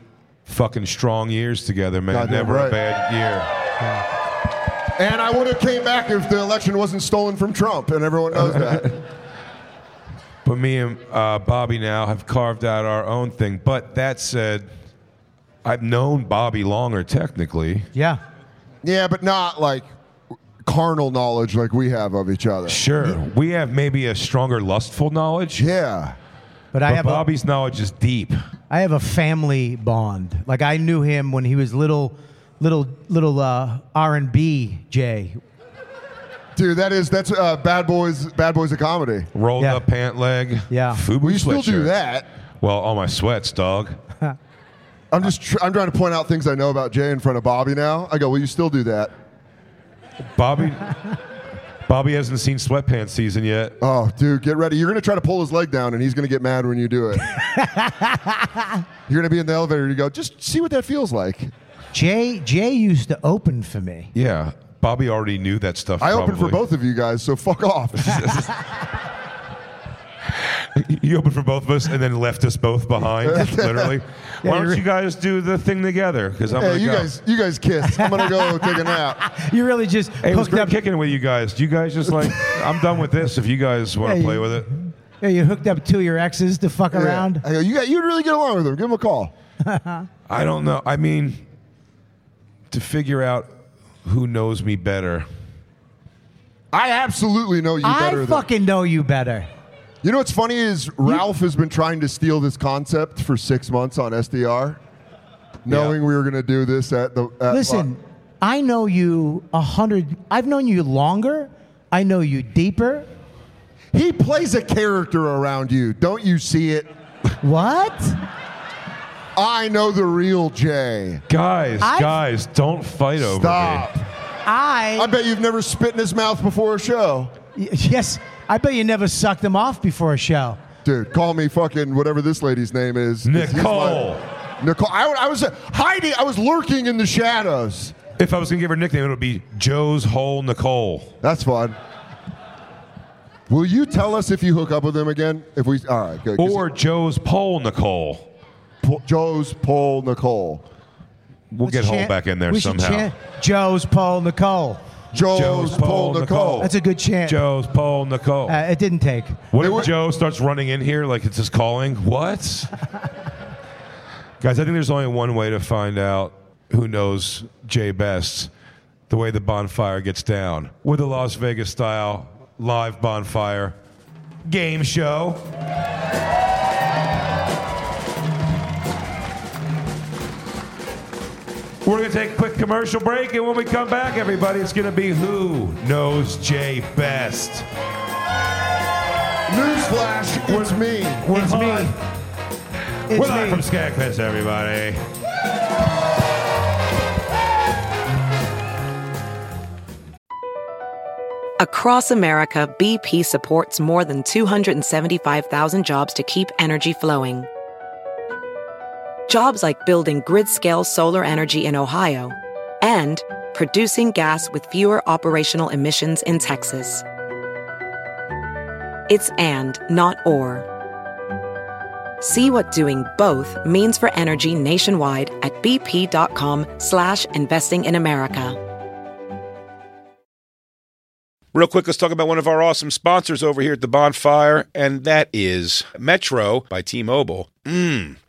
[SPEAKER 2] fucking strong years together, man.
[SPEAKER 10] Goddamn
[SPEAKER 2] Never
[SPEAKER 10] right.
[SPEAKER 2] a bad year.
[SPEAKER 10] And I would have came back if the election wasn't stolen from Trump, and everyone knows that.
[SPEAKER 2] But me and uh, Bobby now have carved out our own thing. But that said, I've known Bobby longer technically.
[SPEAKER 3] yeah.
[SPEAKER 10] Yeah, but not like carnal knowledge like we have of each other.
[SPEAKER 2] Sure, we have maybe a stronger lustful knowledge.
[SPEAKER 10] Yeah.
[SPEAKER 3] But I
[SPEAKER 2] But
[SPEAKER 3] have a-
[SPEAKER 2] Bobby's knowledge is deep.
[SPEAKER 3] I have a family bond. Like I knew him when he was little, little, little uh, R and B Jay.
[SPEAKER 10] Dude, that is that's uh, bad boys bad boys of comedy.
[SPEAKER 2] Rolled
[SPEAKER 3] Yeah.
[SPEAKER 2] up pant leg.
[SPEAKER 3] Yeah.
[SPEAKER 2] Fubu
[SPEAKER 10] We still do
[SPEAKER 2] sweatshirt.
[SPEAKER 10] that.
[SPEAKER 2] Well, all my sweats, dog.
[SPEAKER 10] I'm just tr- I'm trying to point out things I know about Jay in front of Bobby now. I go, "Well, you still do that."
[SPEAKER 2] Bobby. Bobby hasn't seen sweatpants season yet.
[SPEAKER 10] Oh, dude, get ready. You're going to try to pull his leg down and he's going to get mad when you do it. You're going to be in the elevator and you go, "Just see what that feels like."
[SPEAKER 3] Jay Jay used to open for me.
[SPEAKER 2] Yeah, Bobby already knew that stuff.
[SPEAKER 10] I opened for
[SPEAKER 2] probably.
[SPEAKER 10] both of you guys, so fuck off.
[SPEAKER 2] you opened for both of us and then left us both behind, literally.
[SPEAKER 10] Yeah,
[SPEAKER 2] Why
[SPEAKER 10] you
[SPEAKER 2] don't
[SPEAKER 10] re-
[SPEAKER 2] you guys do the thing together? Because I'm
[SPEAKER 10] Hey,
[SPEAKER 2] gonna
[SPEAKER 10] you
[SPEAKER 2] go.
[SPEAKER 10] guys, you guys kiss. I'm gonna go take a nap.
[SPEAKER 3] You really just
[SPEAKER 2] Hey, it was great kicking it with you guys. Do you guys just like? I'm done with this. If you guys want to
[SPEAKER 3] Yeah,
[SPEAKER 2] play
[SPEAKER 3] you-
[SPEAKER 2] with it,
[SPEAKER 3] Yeah, you hooked up two of your exes to fuck around.
[SPEAKER 10] I go, you got, you'd really get along with him. Give him a call.
[SPEAKER 2] I don't know. I mean, to figure out who knows me better.
[SPEAKER 10] I absolutely know you
[SPEAKER 3] I
[SPEAKER 10] better.
[SPEAKER 3] fucking know you better.
[SPEAKER 10] You know what's funny is Ralph has been trying to steal this concept for six months on SDR, knowing we were going to do this at the. At
[SPEAKER 3] Listen, I know you a hundred. I've known you longer. I know you deeper.
[SPEAKER 10] He plays a character around you. Don't you see it?
[SPEAKER 3] What?
[SPEAKER 10] I know the real Jay.
[SPEAKER 2] Guys,
[SPEAKER 3] I've-
[SPEAKER 2] guys, don't fight over
[SPEAKER 10] Stop.
[SPEAKER 2] me.
[SPEAKER 3] I.
[SPEAKER 10] I bet you've never spit in his mouth before a show.
[SPEAKER 3] Y- Yes, I bet you never sucked them off before a show.
[SPEAKER 10] Dude, call me fucking whatever this lady's name is. He's my-
[SPEAKER 2] Nicole.
[SPEAKER 10] Nicole. I, I was hiding. I was lurking in the shadows.
[SPEAKER 2] If I was gonna give her a nickname, it would be Joe's Hole Nicole.
[SPEAKER 10] That's fun. Will you tell us if you hook up with him again? If we all right, good. 'Cause
[SPEAKER 2] Or Joe's Pole Nicole.
[SPEAKER 10] Po- Joe's Paul Nicole.
[SPEAKER 2] We'll get Hole
[SPEAKER 3] Chan-
[SPEAKER 2] back in there
[SPEAKER 3] we should
[SPEAKER 2] somehow.
[SPEAKER 3] chan- Joe's Paul Nicole.
[SPEAKER 10] Joe's,
[SPEAKER 2] Joe's
[SPEAKER 10] Paul
[SPEAKER 2] Paul
[SPEAKER 10] Nicole.
[SPEAKER 2] Nicole.
[SPEAKER 3] That's a good chant.
[SPEAKER 2] Joe's Pole Nicole.
[SPEAKER 3] Uh, it didn't take.
[SPEAKER 2] What if Joe starts running in here like it's his calling? What? Guys, I think there's only one way to find out who knows Jay best the way the bonfire gets down with a Las Vegas style live bonfire game show. We're going to take a quick commercial break, and when we come back, everybody, it's going to be Who Knows Jay Best.
[SPEAKER 10] Newsflash, it's me.
[SPEAKER 3] It's me.
[SPEAKER 2] We're
[SPEAKER 3] It's
[SPEAKER 2] live
[SPEAKER 3] me.
[SPEAKER 2] from Skagfest, everybody.
[SPEAKER 11] Across America, BP supports more than 275,000 jobs to keep energy flowing. Jobs like building grid scale solar energy in Ohio and producing gas with fewer operational emissions in Texas. It's and, not or. See what doing both means for energy nationwide at bp.com slash investing in America.
[SPEAKER 12] Real quick, let's talk about one of our awesome sponsors over here at the bonfire, and that is Metro by T Mobile. Mmm.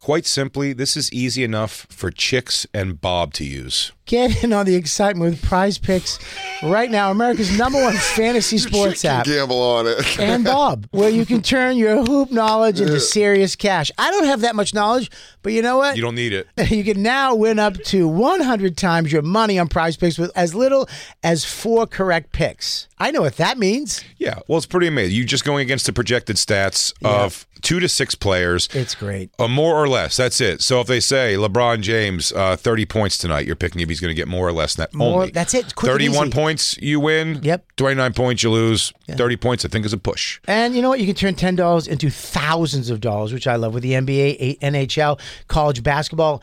[SPEAKER 12] Quite simply, this is easy enough for Chicks and Bob to use.
[SPEAKER 13] Get in on the excitement with Prize Picks right now, America's number one fantasy sports
[SPEAKER 10] Can
[SPEAKER 13] app.
[SPEAKER 10] Gamble on it.
[SPEAKER 13] and Bob, where you can turn your hoop knowledge into serious cash. I don't have that much knowledge, but you know what?
[SPEAKER 12] You don't need it.
[SPEAKER 13] You can now win up to 100 times your money on prize picks with as little as four correct picks. I know what that means.
[SPEAKER 12] Yeah, well, it's pretty amazing. You're just going against the projected stats of two to six players,
[SPEAKER 13] It's great.
[SPEAKER 12] uh, more or less. That's it. So if they say LeBron James, uh, 30 points tonight, you're picking if he's going to get more or less than that.
[SPEAKER 13] More-
[SPEAKER 12] only.
[SPEAKER 13] that's it. Quick and
[SPEAKER 12] 31
[SPEAKER 13] easy.
[SPEAKER 12] points, you win.
[SPEAKER 13] Yep.
[SPEAKER 12] 29 points, you lose. 30 points, I think, is a push.
[SPEAKER 13] And you know what? You can turn ten dollars into thousands of dollars, which I love with the NBA, A- NHL, college basketball,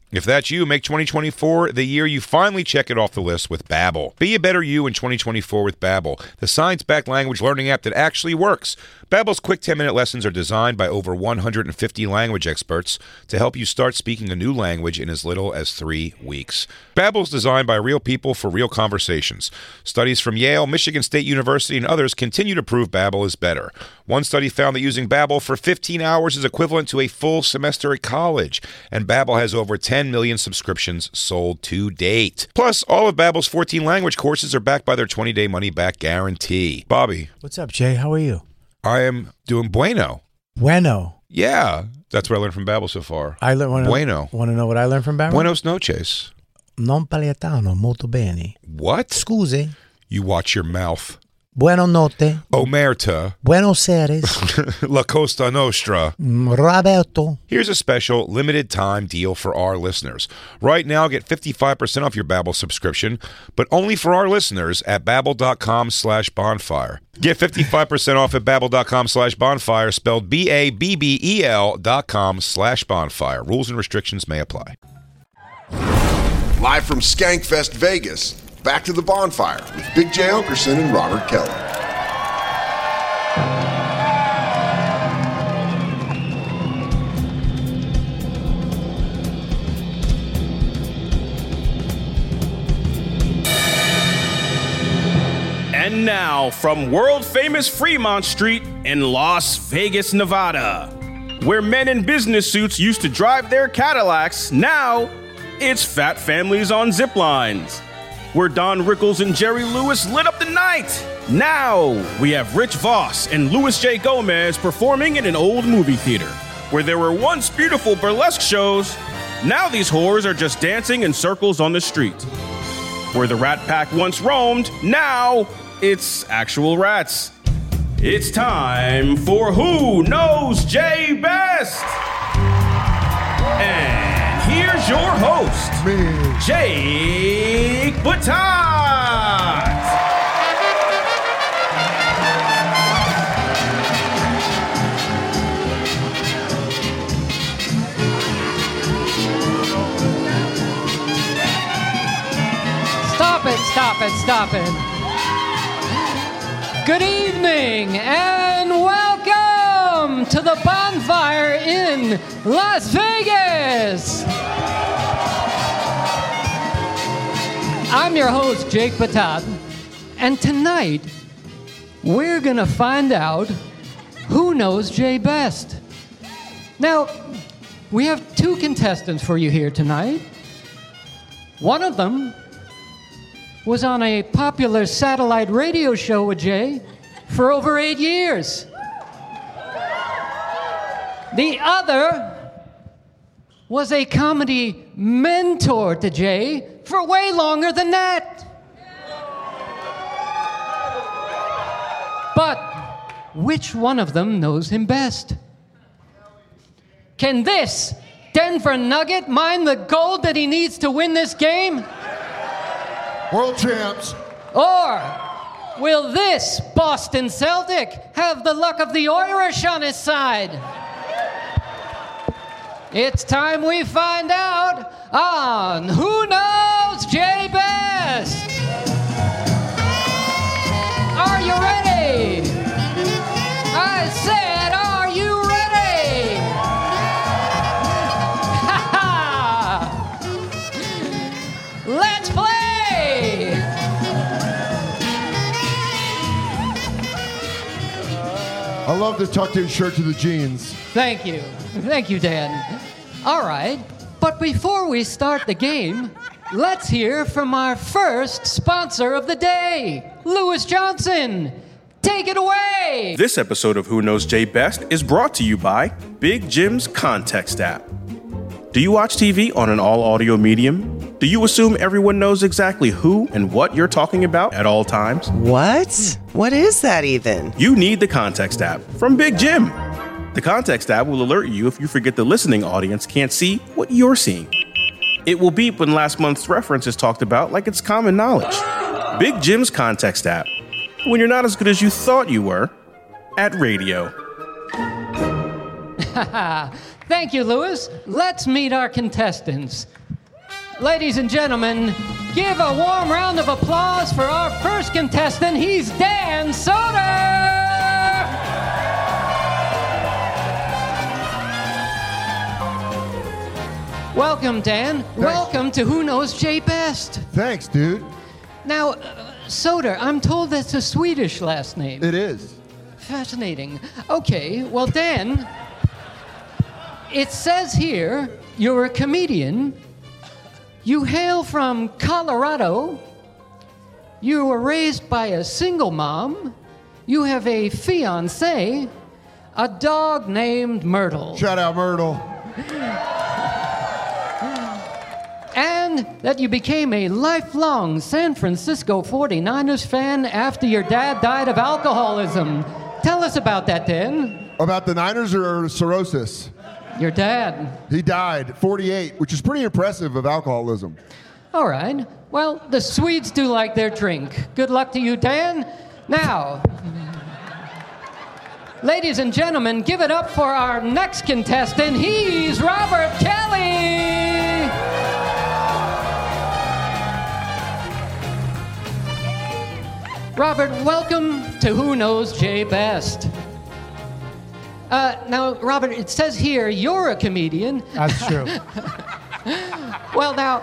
[SPEAKER 12] If that's you, make 2024 the year you finally check it off the list with Babbel. Be a better you in 2024 with Babbel, the science-backed language learning app that actually works. Babbel's quick 10-minute lessons are designed by over 150 language experts to help you start speaking a new language in as little as 3 weeks. Babbel's designed by real people for real conversations. Studies from Yale, Michigan State University, and others continue to prove Babbel is better. One study found that using Babbel for 15 hours is equivalent to a full semester at college, and Babbel has over 10 million subscriptions sold to date. Plus, all of Babbel's 14 language courses are backed by their 20-day money-back guarantee. Bobby,
[SPEAKER 13] What's up, Jay? How are you?
[SPEAKER 12] I am doing bueno.
[SPEAKER 13] Bueno.
[SPEAKER 12] Yeah, that's what I learned from Babbel so far.
[SPEAKER 13] I learned wanna-
[SPEAKER 12] bueno.
[SPEAKER 13] Want to know what I learned from Barry?
[SPEAKER 12] Buenos noches.
[SPEAKER 13] Non paletano molto bene.
[SPEAKER 12] What?
[SPEAKER 13] Scusi.
[SPEAKER 12] You watch your mouth.
[SPEAKER 13] Buenos notte.
[SPEAKER 12] Omerta.
[SPEAKER 13] Buenos Aires.
[SPEAKER 12] La Costa Nostra.
[SPEAKER 13] Mm, Roberto.
[SPEAKER 12] Here's a special limited time deal for our listeners. Right now, get 55% off your Babbel subscription, but only for our listeners at babbel.com slash bonfire. Get 55% off at babbel.com slash bonfire, spelled B-A-B-B-E-L E dot com slash bonfire. Rules and restrictions may apply.
[SPEAKER 10] Live from Skankfest Vegas, back to the bonfire with Big J. Okerson and Robert Kelly.
[SPEAKER 2] And now, from world famous Fremont Street in Las Vegas, Nevada, where men in business suits used to drive their Cadillacs, now it's fat families on zip lines. Where Don Rickles and Jerry Lewis lit up the night, now we have Rich Voss and Louis J. Gomez performing in an old movie theater. Where there were once beautiful burlesque shows, now these whores are just dancing in circles on the street. Where the rat pack once roamed, now it's actual rats. It's time for Who Knows Jay Best? And here's your host, Jake Batat.
[SPEAKER 4] Stop it, stop it, stop it. Good evening and welcome to the bonfire in Las Vegas. I'm your host, Jake Batat, and tonight we're going to find out who knows Jay best. Now, we have two contestants for you here tonight. One of them was on a popular satellite radio show with Jay for over eight years. The other was a comedy mentor to Jay for way longer than that. But which one of them knows him best? Can this Denver Nugget mine the gold that he needs to win this game? World champs. Or will this Boston Celtic have the luck of the Irish on his side? It's time we find out on Who Knows Jay Best. Are you ready? I said, Are you ready? Ha ha! Let's
[SPEAKER 10] love the tucked in shirt to the jeans.
[SPEAKER 4] Thank you. Thank you, Dan. All right. But before we start the game, let's hear from our first sponsor of the day, Lewis Johnson. Take it away.
[SPEAKER 14] This episode of Who Knows Jay Best is brought to you by Big Jim's Context app. Do you watch TV on an all audio medium? Do you assume everyone knows exactly who and what you're talking about at all times? What? What is that even? You need the Context app from Big Jim. The Context app will alert you if you forget the listening audience can't see what you're seeing. It will beep when last month's reference is talked about like it's common knowledge. Big Jim's Context app. When you're not as good as you thought you were at radio.
[SPEAKER 4] Thank you, Lewis. Let's meet our contestants. Ladies and gentlemen, give a warm round of applause for our first contestant. He's Dan Soder. Welcome, Dan. Welcome to Who Knows Jay Best.
[SPEAKER 10] Thanks, dude.
[SPEAKER 4] Now, uh, Soder, I'm told that's a Swedish last name.
[SPEAKER 10] It is.
[SPEAKER 4] Fascinating. Okay, well, Dan, it says here you're a comedian. You hail from Colorado. You were raised by a single mom. You have a fiance, a dog named Myrtle.
[SPEAKER 10] Shout out, Myrtle.
[SPEAKER 4] And that you became a lifelong San Francisco 49ers fan after your dad died of alcoholism. Tell us about that, Dan.
[SPEAKER 10] About the Niners or cirrhosis?
[SPEAKER 4] Your dad.
[SPEAKER 10] He died 48, which is pretty impressive of alcoholism.
[SPEAKER 4] All right. Well, the Swedes do like their drink. Good luck to you, Dan. Now, ladies and gentlemen, give it up for our next contestant. He's Robert Kelly. Robert, welcome to Who Knows Jay Best. Uh, now, Robert, it says here you're a comedian.
[SPEAKER 3] That's true.
[SPEAKER 4] Well, now,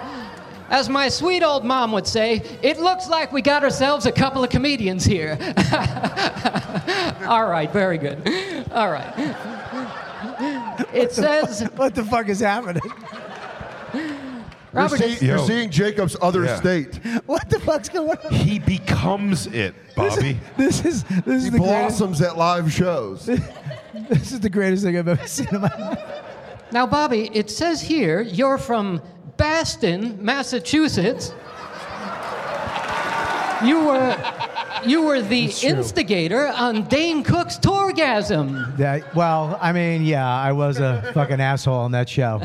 [SPEAKER 4] as my sweet old mom would say, it looks like we got ourselves a couple of comedians here. All right, very good. All right. It says.
[SPEAKER 3] What the fuck is happening?
[SPEAKER 10] you're, see- you're seeing Jacob's other
[SPEAKER 2] Yeah.
[SPEAKER 10] state.
[SPEAKER 3] What the fuck's going on?
[SPEAKER 2] He becomes it, Bobby.
[SPEAKER 3] This is this is
[SPEAKER 10] He
[SPEAKER 3] the greatest,
[SPEAKER 10] blossoms at live shows.
[SPEAKER 3] this is the greatest thing I've ever seen in my life.
[SPEAKER 4] Now, Bobby, it says here you're from Baston, Massachusetts. You were, you were the
[SPEAKER 3] It's true.
[SPEAKER 4] instigator on Dane Cook's Torgasm.
[SPEAKER 3] That, well, I mean, yeah, I was a fucking asshole on that show.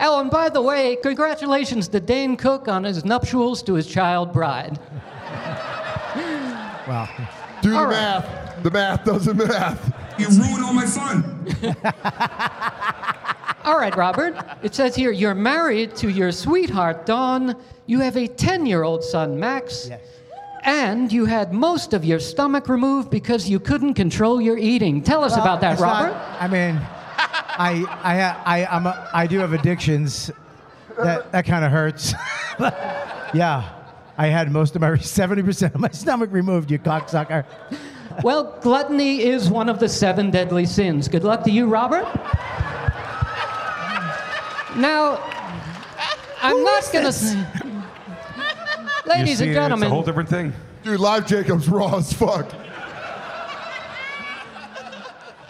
[SPEAKER 4] Oh, and by the way, congratulations to Dane Cook on his nuptials to his child bride.
[SPEAKER 3] Wow.
[SPEAKER 10] Do the
[SPEAKER 4] All right.
[SPEAKER 10] math. The math doesn't math.
[SPEAKER 9] You ruined all my fun.
[SPEAKER 4] All right, Robert. It says here you're married to your sweetheart, Dawn. You have a 10 year old son, Max. And you had most of your stomach removed because you couldn't control your eating. Tell us
[SPEAKER 3] Well,
[SPEAKER 4] about that,
[SPEAKER 3] it's not-
[SPEAKER 4] Robert.
[SPEAKER 3] I mean, I I ha- I I'm a, I do have addictions. That that kind of hurts. yeah, I had most of my seventy percent of my stomach removed. You cocksucker.
[SPEAKER 4] well, gluttony is one of the seven deadly sins. Good luck to you, Robert. Now, I'm not going to.
[SPEAKER 2] You
[SPEAKER 4] Ladies
[SPEAKER 2] see it,
[SPEAKER 4] and gentlemen,
[SPEAKER 2] It's a whole different thing.
[SPEAKER 10] Dude, Live Jacob's raw as fuck.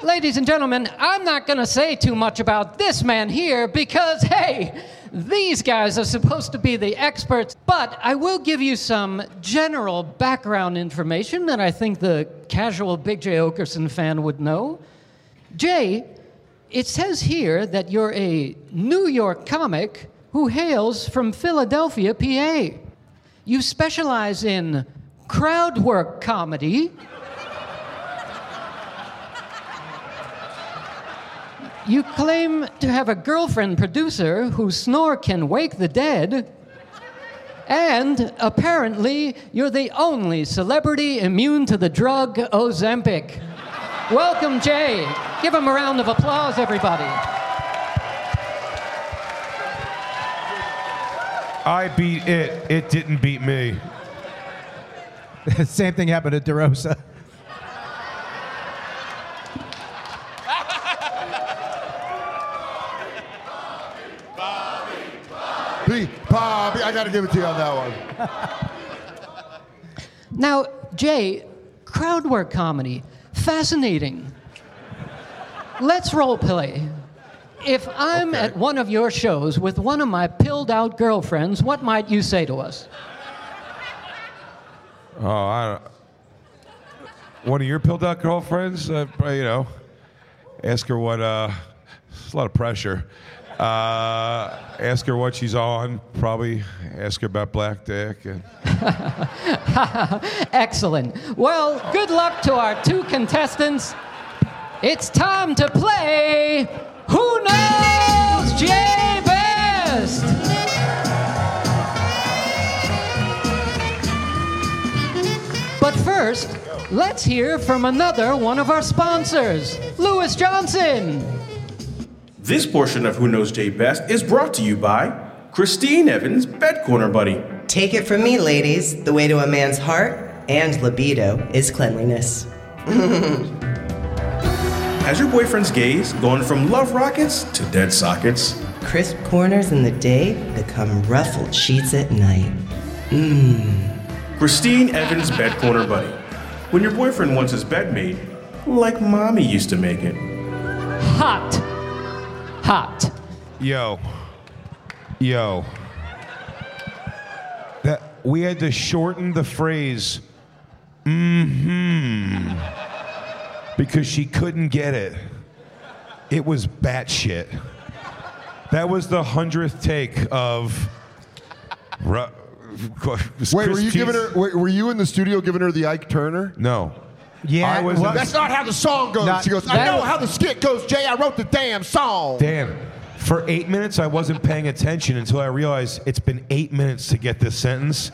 [SPEAKER 4] Ladies and gentlemen, I'm not going to say too much about this man here because, hey, these guys are supposed to be the experts. But I will give you some general background information that I think the casual Big J. Okerson fan would know. Jay, it says here that you're a New York comic who hails from Philadelphia, PA. You specialize in crowd work comedy. You claim to have a girlfriend producer whose snore can wake the dead. And apparently, you're the only celebrity immune to the drug Ozempic. Welcome, Jay. Give him a round of applause, everybody.
[SPEAKER 2] I beat it. It didn't beat me.
[SPEAKER 3] Same thing happened to DeRosa.
[SPEAKER 10] Bobby, Bobby. I got to give it to you on that one.
[SPEAKER 4] Now, Jay, crowd work comedy, fascinating. Let's role play. If I'm at one of your shows with one of my pilled out girlfriends, what might you say to us?
[SPEAKER 12] Oh, I don't. One of your pilled out girlfriends, uh, probably, you know, ask her what. Uh, it's a lot of pressure. Uh, ask her what she's on. Probably ask her about black dick. And
[SPEAKER 4] Excellent. Well, good luck to our two contestants. It's time to play Who Knows Jay Best? But first, let's hear from another one of our sponsors, Lewis Johnson.
[SPEAKER 2] This portion of Who Knows Jay Best is brought to you by Christine Evans Bed Corner Buddy.
[SPEAKER 9] Take it from me, ladies. The way to a man's heart and libido is cleanliness.
[SPEAKER 2] Has your boyfriend's gaze gone from love rockets to dead sockets?
[SPEAKER 9] Crisp corners in the day become ruffled sheets at night. Mmm.
[SPEAKER 2] Christine Evans Bed Corner Buddy. When your boyfriend wants his bed made, like mommy used to make it.
[SPEAKER 4] Hot. Hot.
[SPEAKER 12] Yo, yo. That we had to shorten the phrase. Mm-hmm. Because she couldn't get it. It was batshit. That was the hundredth take of. Ru-
[SPEAKER 10] Wait, were you giving her? Wait, were you in the studio giving her the Ike Turner?
[SPEAKER 12] No.
[SPEAKER 10] Yeah,
[SPEAKER 12] I was.
[SPEAKER 10] that's not how the song goes.
[SPEAKER 12] Not-
[SPEAKER 10] she goes, I
[SPEAKER 12] that
[SPEAKER 10] know
[SPEAKER 12] was-
[SPEAKER 10] how the skit goes, Jay. I wrote the damn song.
[SPEAKER 12] Damn. For eight minutes, I wasn't paying attention until I realized it's been eight minutes to get this sentence.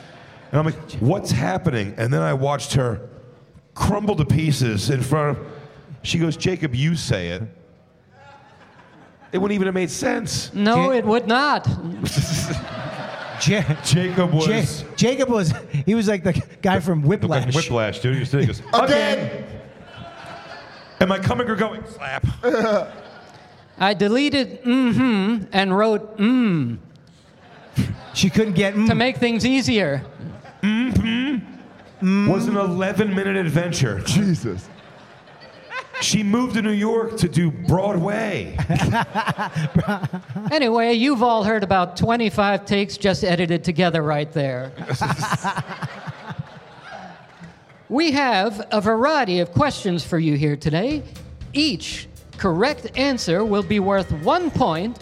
[SPEAKER 12] And I'm like, what's happening? And then I watched her crumble to pieces in front of. She goes, Jacob, you say it. It wouldn't even have made sense.
[SPEAKER 4] No, it would not.
[SPEAKER 3] Ja-
[SPEAKER 12] Jacob was.
[SPEAKER 3] Ja- Jacob was. He was like the guy from Whiplash.
[SPEAKER 12] Whiplash, dude. He was he goes, again. Am I coming or going? Slap.
[SPEAKER 4] I deleted mm-hmm and wrote mm.
[SPEAKER 3] She couldn't get mm.
[SPEAKER 4] To make things easier.
[SPEAKER 12] Was an 11 minute adventure.
[SPEAKER 10] Jesus.
[SPEAKER 12] She moved to New York to do Broadway.
[SPEAKER 4] Anyway, you've all heard about 25 takes just edited together right there. we have a variety of questions for you here today. Each correct answer will be worth one point,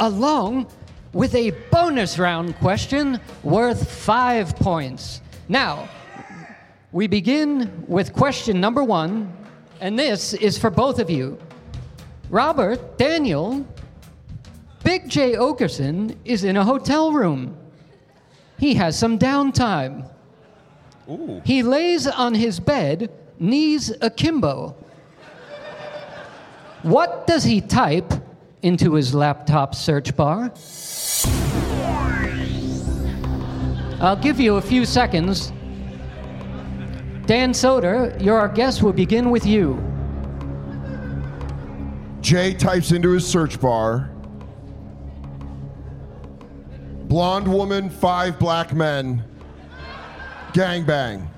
[SPEAKER 4] along with a bonus round question worth five points. Now, we begin with question number one, and this is for both of you. Robert, Daniel, Big J. Okerson is in a hotel room. He has some downtime. He lays on his bed, knees akimbo. What does he type into his laptop search bar? I'll give you a few seconds. Dan Soder, your guest will begin with you.
[SPEAKER 10] Jay types into his search bar blonde woman, five black men, gangbang.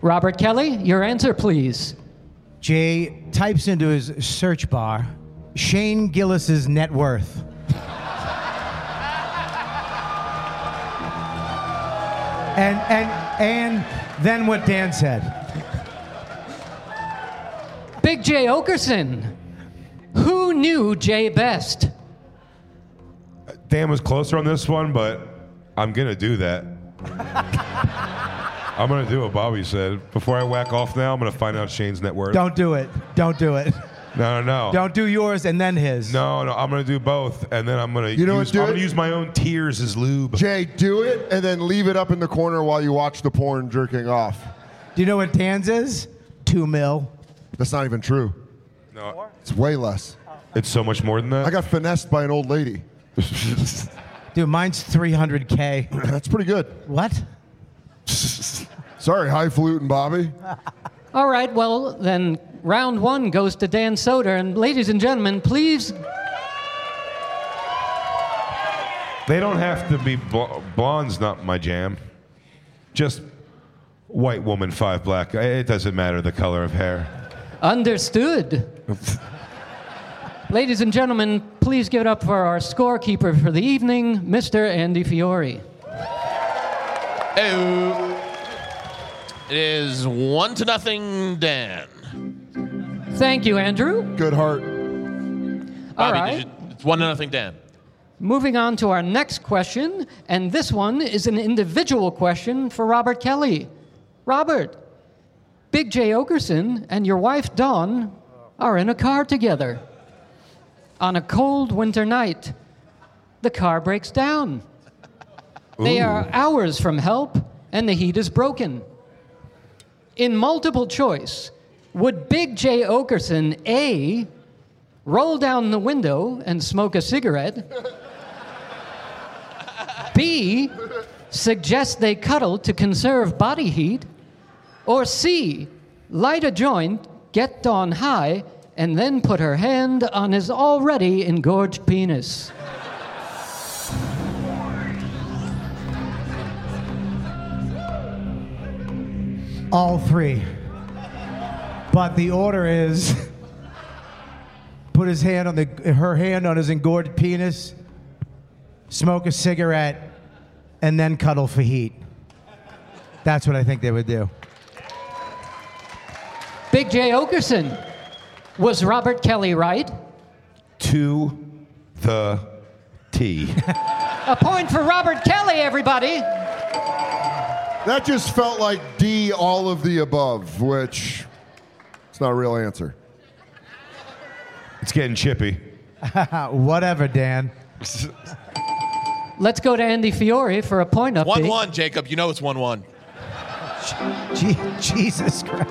[SPEAKER 4] Robert Kelly, your answer, please.
[SPEAKER 3] Jay types into his search bar Shane Gillis's net worth. and and and then what Dan said.
[SPEAKER 4] Big J. Okerson. Who knew Jay best?
[SPEAKER 12] Dan was closer on this one, but I'm gonna do that. I'm gonna do what Bobby said. Before I whack off now, I'm gonna find out Shane's net worth.
[SPEAKER 3] Don't do it. Don't do it.
[SPEAKER 12] No, no, no.
[SPEAKER 3] Don't do yours and then his.
[SPEAKER 12] No, no. I'm gonna do both, and then I'm gonna.
[SPEAKER 10] You know what,
[SPEAKER 12] use,
[SPEAKER 10] do
[SPEAKER 12] I'm
[SPEAKER 10] it?
[SPEAKER 12] gonna use my own tears as lube.
[SPEAKER 10] Jay, do it and then leave it up in the corner while you watch the porn jerking off.
[SPEAKER 3] Do you know what Dan's is? Two mil.
[SPEAKER 10] That's not even true.
[SPEAKER 12] No,
[SPEAKER 10] It's way less.
[SPEAKER 12] it's so much more than that.
[SPEAKER 10] I got finessed by an old lady.
[SPEAKER 3] Dude, mine's 300K.
[SPEAKER 10] That's pretty good.
[SPEAKER 3] What?
[SPEAKER 10] Sorry, highfalutin, Bobby.
[SPEAKER 4] All right, well, then round one goes to Dan Soder. And ladies and gentlemen, please
[SPEAKER 2] They don't have to be bl- blonde's not my jam. Just white woman, five black. It doesn't matter the color of hair.
[SPEAKER 4] Understood. Ladies and gentlemen, please give it up for our scorekeeper for the evening, Mr. Andy Fiore.
[SPEAKER 9] It is one to nothing, Dan.
[SPEAKER 4] Thank you, Andrew.
[SPEAKER 10] Good heart.
[SPEAKER 4] All
[SPEAKER 9] Bobby,
[SPEAKER 4] right.
[SPEAKER 9] did you- it's one to nothing, Dan.
[SPEAKER 4] Moving on to our next question, and this one is an individual question for Robert Kelly. Robert, Big J. Okerson and your wife Dawn are in a car together. On a cold winter night, the car breaks down. They
[SPEAKER 15] Ooh.
[SPEAKER 4] are hours from help, and the heat is broken. In multiple choice, would Big J. Okerson A, roll down the window and smoke a cigarette? B, suggest they cuddle to conserve body heat? Or C, light a joint, get Dawn high, and then put her hand on his already engorged penis?
[SPEAKER 3] All three. But the order is put his hand on the her hand on his engorged penis, smoke a cigarette, and then cuddle for heat. That's what I think they would do.
[SPEAKER 4] Big J. Okerson, was Robert Kelly right?
[SPEAKER 2] To the T.
[SPEAKER 4] A point for Robert Kelly, everybody.
[SPEAKER 10] That just felt like D, all of the above, which it's not a real answer.
[SPEAKER 2] It's getting chippy.
[SPEAKER 3] Uh, Whatever, Dan.
[SPEAKER 4] Let's go to Andy Fiore for a point update.
[SPEAKER 9] One one, Jacob. You know it's one one.
[SPEAKER 3] Jesus Christ.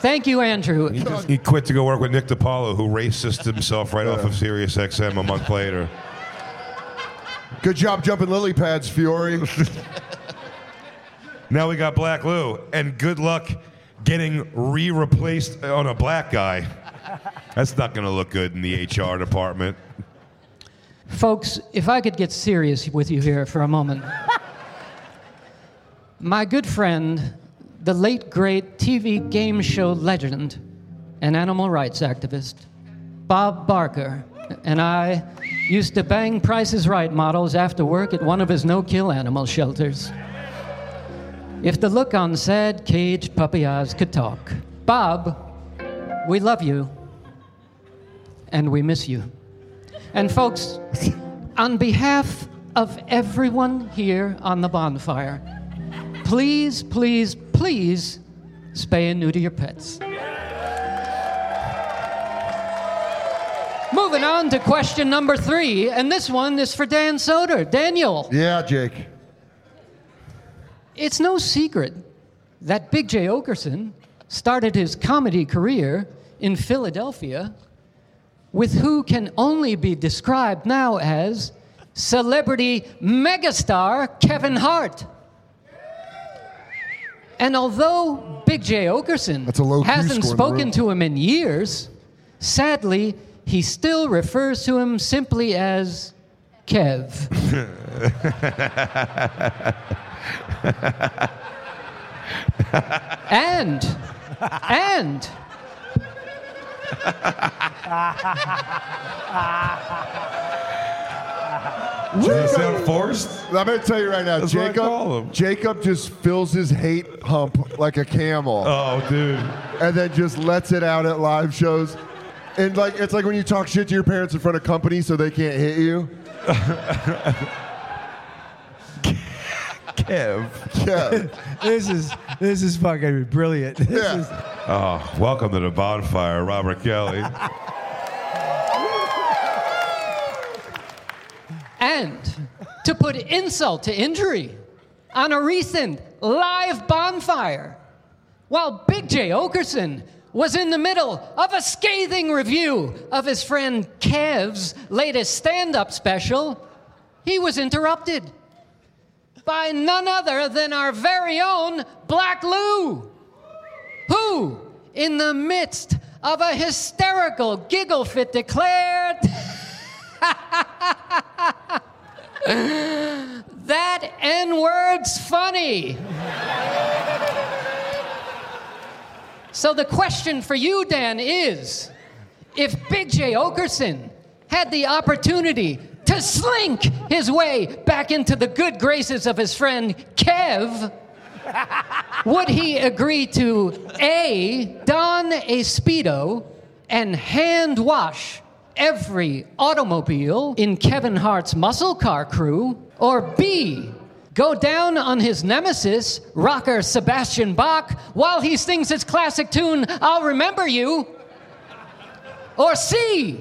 [SPEAKER 4] Thank you, Andrew.
[SPEAKER 2] He, just- he quit to go work with Nick DiPaolo, who racist himself right off of Sirius XM a month later.
[SPEAKER 10] Good job jumping lily pads, Fiore.
[SPEAKER 2] now we got Black Lou, and good luck getting re replaced on a black guy. That's not going to look good in the HR department.
[SPEAKER 4] Folks, if I could get serious with you here for a moment. My good friend, the late great TV game show legend and animal rights activist, Bob Barker, and I used to bang Price's Right models after work at one of his no kill animal shelters. If the look on sad, caged puppy eyes could talk, Bob, we love you and we miss you. And folks, on behalf of everyone here on the bonfire, please, please, please spay and neuter your pets. Moving on to question number three, and this one is for Dan Soder. Daniel,
[SPEAKER 10] yeah, Jake.
[SPEAKER 4] it's no secret that Big J. Okerson started his comedy career in Philadelphia with who can only be described now as celebrity megastar Kevin Hart. And although Big J. Okerson
[SPEAKER 10] low Q score
[SPEAKER 4] hasn't
[SPEAKER 10] in the room.
[SPEAKER 4] spoken to him in years, sadly, he still refers to him simply as Kev. And, and,
[SPEAKER 2] Does it sound forced?
[SPEAKER 10] I'm going to tell you right now,
[SPEAKER 2] That's what I call
[SPEAKER 10] Jacob. Jacob just fills his hate hump like a camel.
[SPEAKER 2] Oh, dude.
[SPEAKER 10] And then just lets it out at live shows. And like it's like when you talk shit to your parents in front of company so they can't hit you.
[SPEAKER 2] Kev.
[SPEAKER 3] this is this is fucking brilliant. This is
[SPEAKER 2] Oh, welcome to the bonfire, Robert Kelly.
[SPEAKER 4] and to put insult to injury on a recent live bonfire while Big J. Okerson was in the middle of a scathing review of his friend Kev's latest stand up special, he was interrupted by none other than our very own Black Lou, who, in the midst of a hysterical giggle fit, declared. That N word's funny. so the question for you, Dan, is if Big J. Okerson had the opportunity to slink his way back into the good graces of his friend Kev, would he agree to A, don a Speedo and hand wash every automobile in Kevin Hart's muscle car crew? Or B, go down on his nemesis, rocker Sebastian Bach, while he sings his classic tune, I'll Remember You? Or C,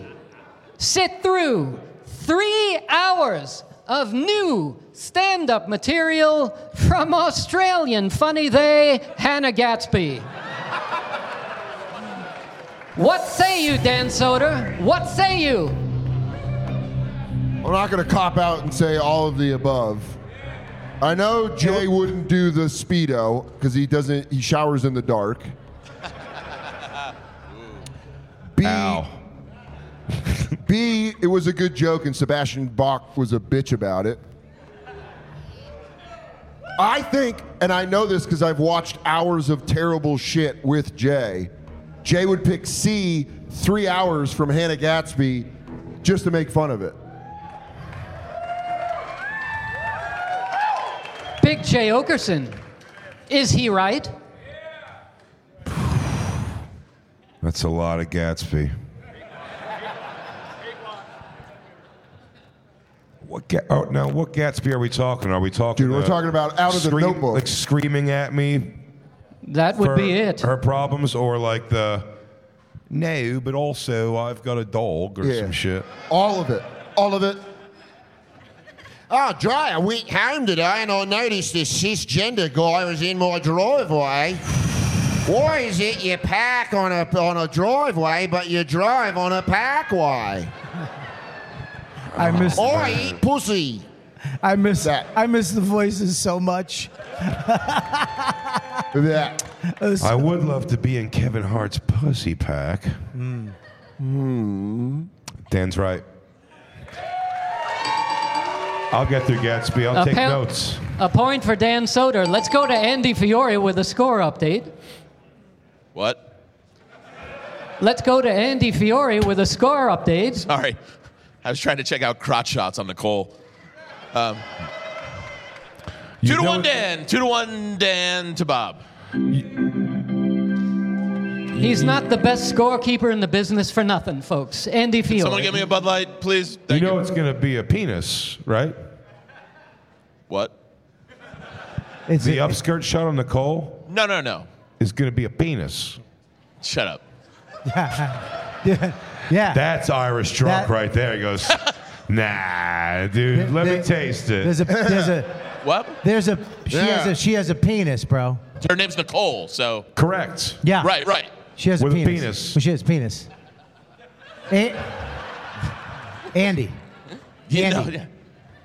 [SPEAKER 4] sit through three hours of new stand up material from Australian funny they Hannah Gatsby. What say you, Dan Soder? What say you?
[SPEAKER 10] I'm not going to cop out and say all of the above. I know Jay wouldn't do the speedo because he doesn't. He showers in the dark. B. B. It was a good joke, and Sebastian Bach was a bitch about it. I think, and I know this because I've watched hours of terrible shit with Jay. Jay would pick C three hours from Hannah Gatsby just to make fun of it.
[SPEAKER 4] Big Jay Okerson. Is he right?
[SPEAKER 12] That's a lot of Gatsby. What Ga- oh, now, what Gatsby are we talking? Are we talking?
[SPEAKER 10] Dude, we're
[SPEAKER 12] uh,
[SPEAKER 10] talking about Out of the
[SPEAKER 12] scream-
[SPEAKER 10] Notebook.
[SPEAKER 12] Like screaming at me.
[SPEAKER 4] That would be it.
[SPEAKER 12] Her problems, or like the no, but also I've got a dog or some shit.
[SPEAKER 10] All of it. All of it.
[SPEAKER 3] Oh, Jay, I went home today and I noticed this cisgender guy was in my driveway. Why is it you park on a, on a driveway but you drive on a parkway?
[SPEAKER 16] I miss.
[SPEAKER 3] I eat pussy.
[SPEAKER 16] I miss that. I miss the voices so much.
[SPEAKER 10] that.
[SPEAKER 12] I would love to be in Kevin Hart's pussy pack.
[SPEAKER 10] Hmm.
[SPEAKER 12] Dan's right. I'll get through Gatsby. I'll take
[SPEAKER 4] po-
[SPEAKER 12] notes.
[SPEAKER 4] A point for Dan Soder. Let's go to Andy Fiore with a score update.
[SPEAKER 9] What?
[SPEAKER 4] Let's go to Andy Fiore with a score update.
[SPEAKER 9] Sorry. I was trying to check out crotch shots on Nicole. Um, two to one Dan. Two to one Dan to Bob.
[SPEAKER 4] He's not the best scorekeeper in the business for nothing, folks. Andy Fiore.
[SPEAKER 9] Someone give me a Bud Light, please.
[SPEAKER 12] you know it's going to be a penis, right?
[SPEAKER 9] What?
[SPEAKER 12] the
[SPEAKER 9] uh,
[SPEAKER 12] upskirt shot on Nicole
[SPEAKER 9] No, no, no.
[SPEAKER 12] is going to be a penis.
[SPEAKER 9] Shut up.
[SPEAKER 12] Yeah. yeah. That's Irish drunk right there. He goes, nah, dude, let me taste it.
[SPEAKER 13] There's a there's a
[SPEAKER 9] what?
[SPEAKER 13] There's a she has
[SPEAKER 9] Yeah.
[SPEAKER 13] a she has a penis, bro.
[SPEAKER 9] Her name's Nicole, so.
[SPEAKER 12] Correct.
[SPEAKER 13] Yeah.
[SPEAKER 9] Right, right.
[SPEAKER 13] She has
[SPEAKER 9] With a
[SPEAKER 13] a penis.
[SPEAKER 9] penis.
[SPEAKER 13] Well, she has penis. A- Andy.
[SPEAKER 9] You know,
[SPEAKER 13] Andy.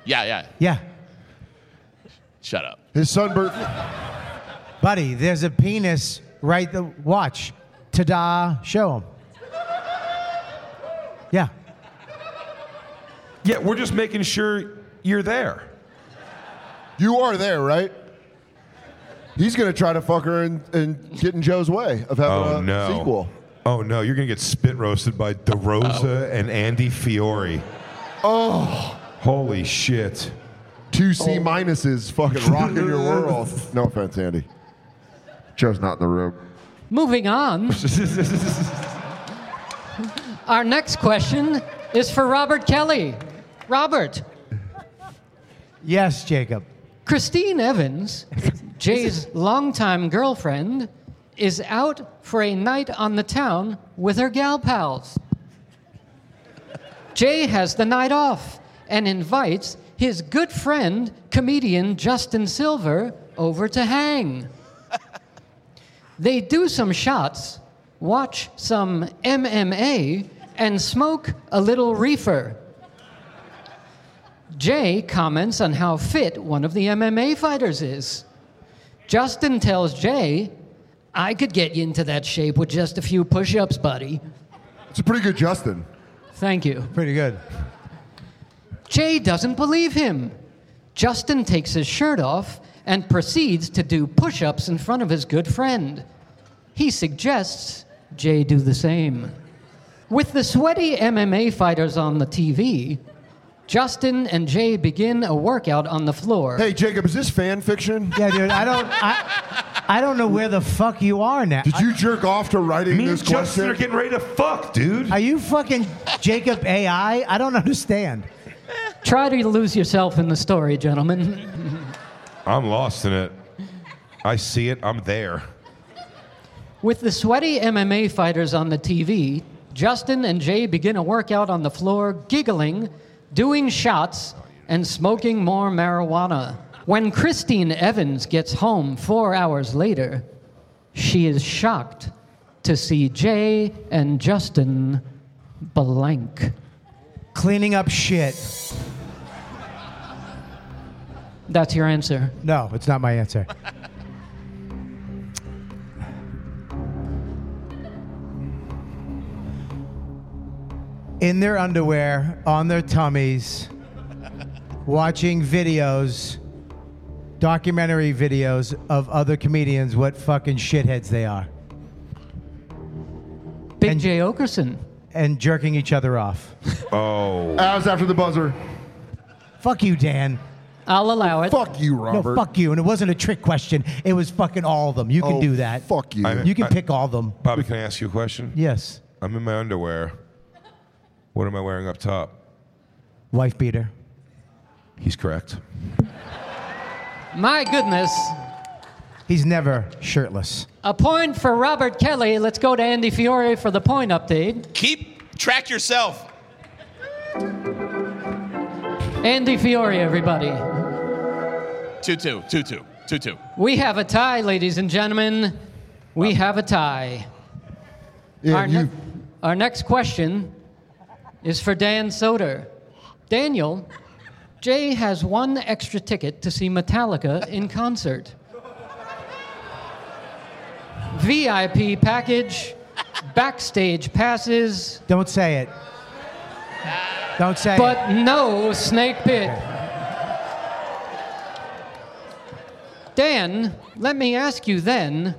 [SPEAKER 9] yeah. yeah, yeah.
[SPEAKER 13] Yeah.
[SPEAKER 9] Shut up.
[SPEAKER 10] His sunburn.
[SPEAKER 13] Buddy, there's a penis right the watch. Ta-da, show him. Yeah.
[SPEAKER 12] Yeah, we're just making sure you're there.
[SPEAKER 10] You are there, right? He's going to try to fuck her and, and get in Joe's way of having
[SPEAKER 12] Oh,
[SPEAKER 10] a
[SPEAKER 12] no.
[SPEAKER 10] sequel.
[SPEAKER 12] Oh, no, you're going to get spit roasted by DeRosa and Andy Fiore.
[SPEAKER 10] Oh,
[SPEAKER 12] Holy shit.
[SPEAKER 10] two
[SPEAKER 3] Oh.
[SPEAKER 10] C minuses fucking rocking your world. No offense, Andy. Joe's not in the room.
[SPEAKER 4] Moving on. Our next question is for Robert Kelly. Robert,
[SPEAKER 13] Yes, Jacob.
[SPEAKER 4] Christine Evans, Jay's longtime girlfriend, is out for a night on the town with her gal pals. Jay has the night off and invites his good friend, comedian Justin Silver, over to hang. They do some shots, watch some MMA, and smoke a little reefer. Jay comments on how fit one of the MMA fighters is. Justin tells Jay, I could get you into that shape with just a few push ups, buddy.
[SPEAKER 10] It's a pretty good Justin.
[SPEAKER 4] Thank you.
[SPEAKER 13] Pretty good.
[SPEAKER 4] Jay doesn't believe him. Justin takes his shirt off and proceeds to do push ups in front of his good friend. He suggests Jay do the same. With the sweaty MMA fighters on the TV, Justin and Jay begin a workout on the floor.
[SPEAKER 10] Hey, Jacob, is this fan fiction?
[SPEAKER 3] Yeah, dude. I don't. I, I don't know where the fuck you are now.
[SPEAKER 10] Did you jerk off to writing
[SPEAKER 2] Me and
[SPEAKER 10] this
[SPEAKER 2] Justin
[SPEAKER 10] question?
[SPEAKER 2] are getting ready to fuck, dude.
[SPEAKER 3] Are you fucking Jacob AI? I don't understand.
[SPEAKER 4] Try to lose yourself in the story, gentlemen.
[SPEAKER 2] I'm lost in it. I see it. I'm there.
[SPEAKER 4] With the sweaty MMA fighters on the TV, Justin and Jay begin a workout on the floor, giggling, doing shots, and smoking more marijuana. When Christine Evans gets home four hours later, she is shocked to see Jay and Justin blank.
[SPEAKER 3] Cleaning up shit.
[SPEAKER 4] That's your answer.
[SPEAKER 3] No, it's not my answer. In their underwear, on their tummies, watching videos, documentary videos of other comedians, what fucking shitheads they are.
[SPEAKER 4] Big J. Okerson.
[SPEAKER 3] And jerking each other off.
[SPEAKER 2] Oh.
[SPEAKER 10] I was after the buzzer.
[SPEAKER 3] Fuck you, Dan.
[SPEAKER 4] I'll allow it.
[SPEAKER 10] Fuck you,
[SPEAKER 3] No, fuck you. And it wasn't a trick question. It was fucking all of them. You can
[SPEAKER 2] Oh,
[SPEAKER 3] do that.
[SPEAKER 10] Fuck you.
[SPEAKER 2] I-
[SPEAKER 3] You can
[SPEAKER 2] I-
[SPEAKER 3] pick all of them.
[SPEAKER 2] Bobby, can I ask you a question?
[SPEAKER 3] Yes.
[SPEAKER 2] I'm in my underwear. What am I wearing up top?
[SPEAKER 3] Wife beater.
[SPEAKER 2] He's correct.
[SPEAKER 4] My goodness.
[SPEAKER 3] He's never shirtless.
[SPEAKER 4] A point for Robert Kelly. Let's go to Andy Fiore for the point update.
[SPEAKER 9] Keep track yourself.
[SPEAKER 4] Andy Fiore, everybody.
[SPEAKER 9] 2 2, 2 2, 2 2.
[SPEAKER 4] We have a tie, ladies and gentlemen. We have a tie. our, ne- our next question is for Dan Soder. Daniel, Jay has one extra ticket to see Metallica in concert. VIP package, backstage passes,
[SPEAKER 3] Don't say it. Don't say it.
[SPEAKER 4] but no snake pit. Dan, let me ask you then,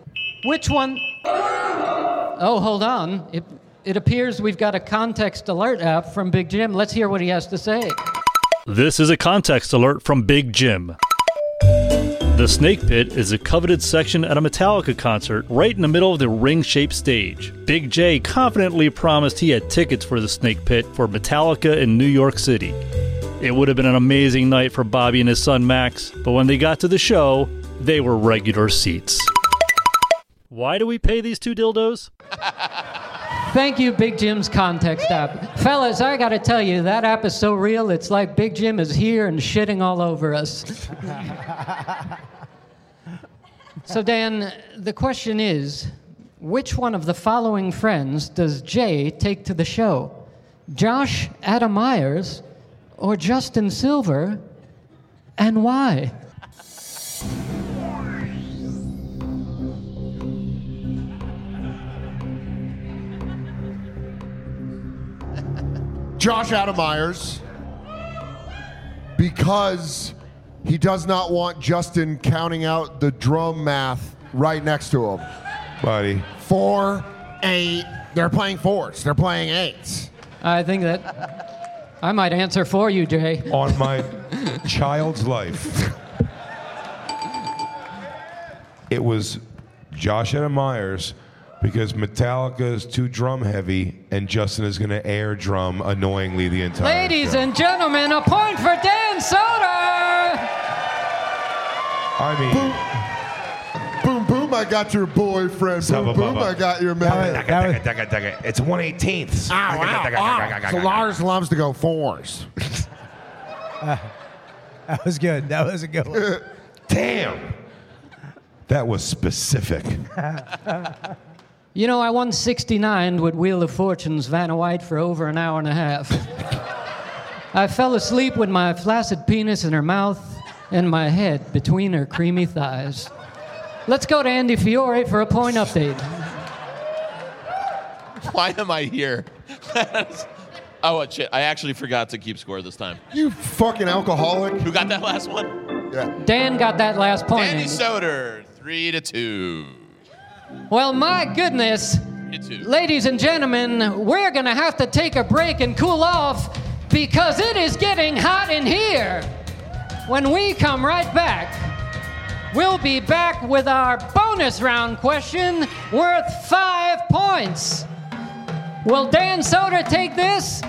[SPEAKER 4] which one? Oh, hold on. It, it appears we've got a context alert app from Big Jim. Let's hear what he has to say.
[SPEAKER 17] This is a context alert from Big Jim. The Snake Pit is a coveted section at a Metallica concert right in the middle of the ring shaped stage. Big J confidently promised he had tickets for the Snake Pit for Metallica in New York City. It would have been an amazing night for Bobby and his son Max, but when they got to the show, they were regular seats. Why do we pay these two dildos?
[SPEAKER 4] Thank you, Big Jim's context app. Fellas, I gotta tell you, that app is so real, it's like Big Jim is here and shitting all over us. so, Dan, the question is which one of the following friends does Jay take to the show? Josh Adam Myers or Justin Silver, and why?
[SPEAKER 10] Josh Adam Myers because he does not want Justin counting out the drum math right next to him.
[SPEAKER 2] Buddy.
[SPEAKER 10] Four, eight. They're playing fours. They're playing eights.
[SPEAKER 4] I think that I might answer for you, Jay.
[SPEAKER 2] On my child's life, it was Josh Adam Myers because Metallica is too drum heavy and Justin is going to air drum annoyingly the entire
[SPEAKER 4] Ladies
[SPEAKER 2] show.
[SPEAKER 4] and gentlemen, a point for Dan Soder!
[SPEAKER 2] I mean,
[SPEAKER 10] Boom, boom, I got your boyfriend. Boom,
[SPEAKER 2] Subba
[SPEAKER 10] boom,
[SPEAKER 2] bubba.
[SPEAKER 10] I got your man.
[SPEAKER 2] Dugga, dugga, dugga, dugga. It's 118th.
[SPEAKER 10] Ow, ow, ow. Ah, So Lars loves to go fours.
[SPEAKER 3] that was good. That was a good one.
[SPEAKER 2] Damn. That was specific.
[SPEAKER 4] You know, I won 69 with Wheel of Fortune's Vanna White for over an hour and a half. I fell asleep with my flaccid penis in her mouth and my head between her creamy thighs. Let's go to Andy Fiore for a point update.
[SPEAKER 9] Why am I here? I'm Oh, uh, shit. I actually forgot to keep score this time.
[SPEAKER 10] You fucking alcoholic.
[SPEAKER 9] Who got that last one?
[SPEAKER 10] Yeah.
[SPEAKER 4] Dan got that last point.
[SPEAKER 9] Danny
[SPEAKER 4] in.
[SPEAKER 9] Soder, three to two.
[SPEAKER 4] Well, my goodness. Ladies and gentlemen, we're going to have to take a break and cool off because it is getting hot in here. When we come right back, we'll be back with our bonus round question worth five points. Will Dan Soder take this?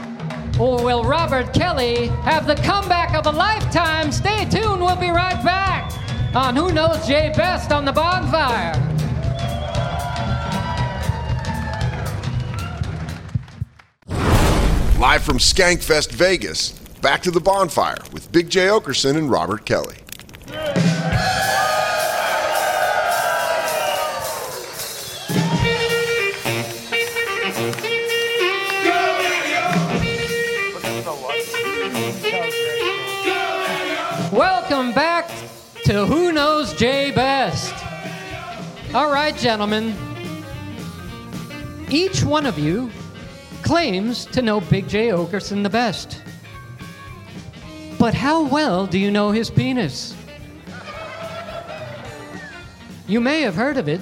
[SPEAKER 4] Or will Robert Kelly have the comeback of a lifetime? Stay tuned, we'll be right back on Who Knows Jay Best on the Bonfire.
[SPEAKER 18] Live from Skankfest Vegas, back to the bonfire with Big J. Okerson and Robert Kelly.
[SPEAKER 4] Welcome back to Who Knows Jay Best. All right, gentlemen. Each one of you claims to know Big J Okerson the best. But how well do you know his penis? You may have heard of it.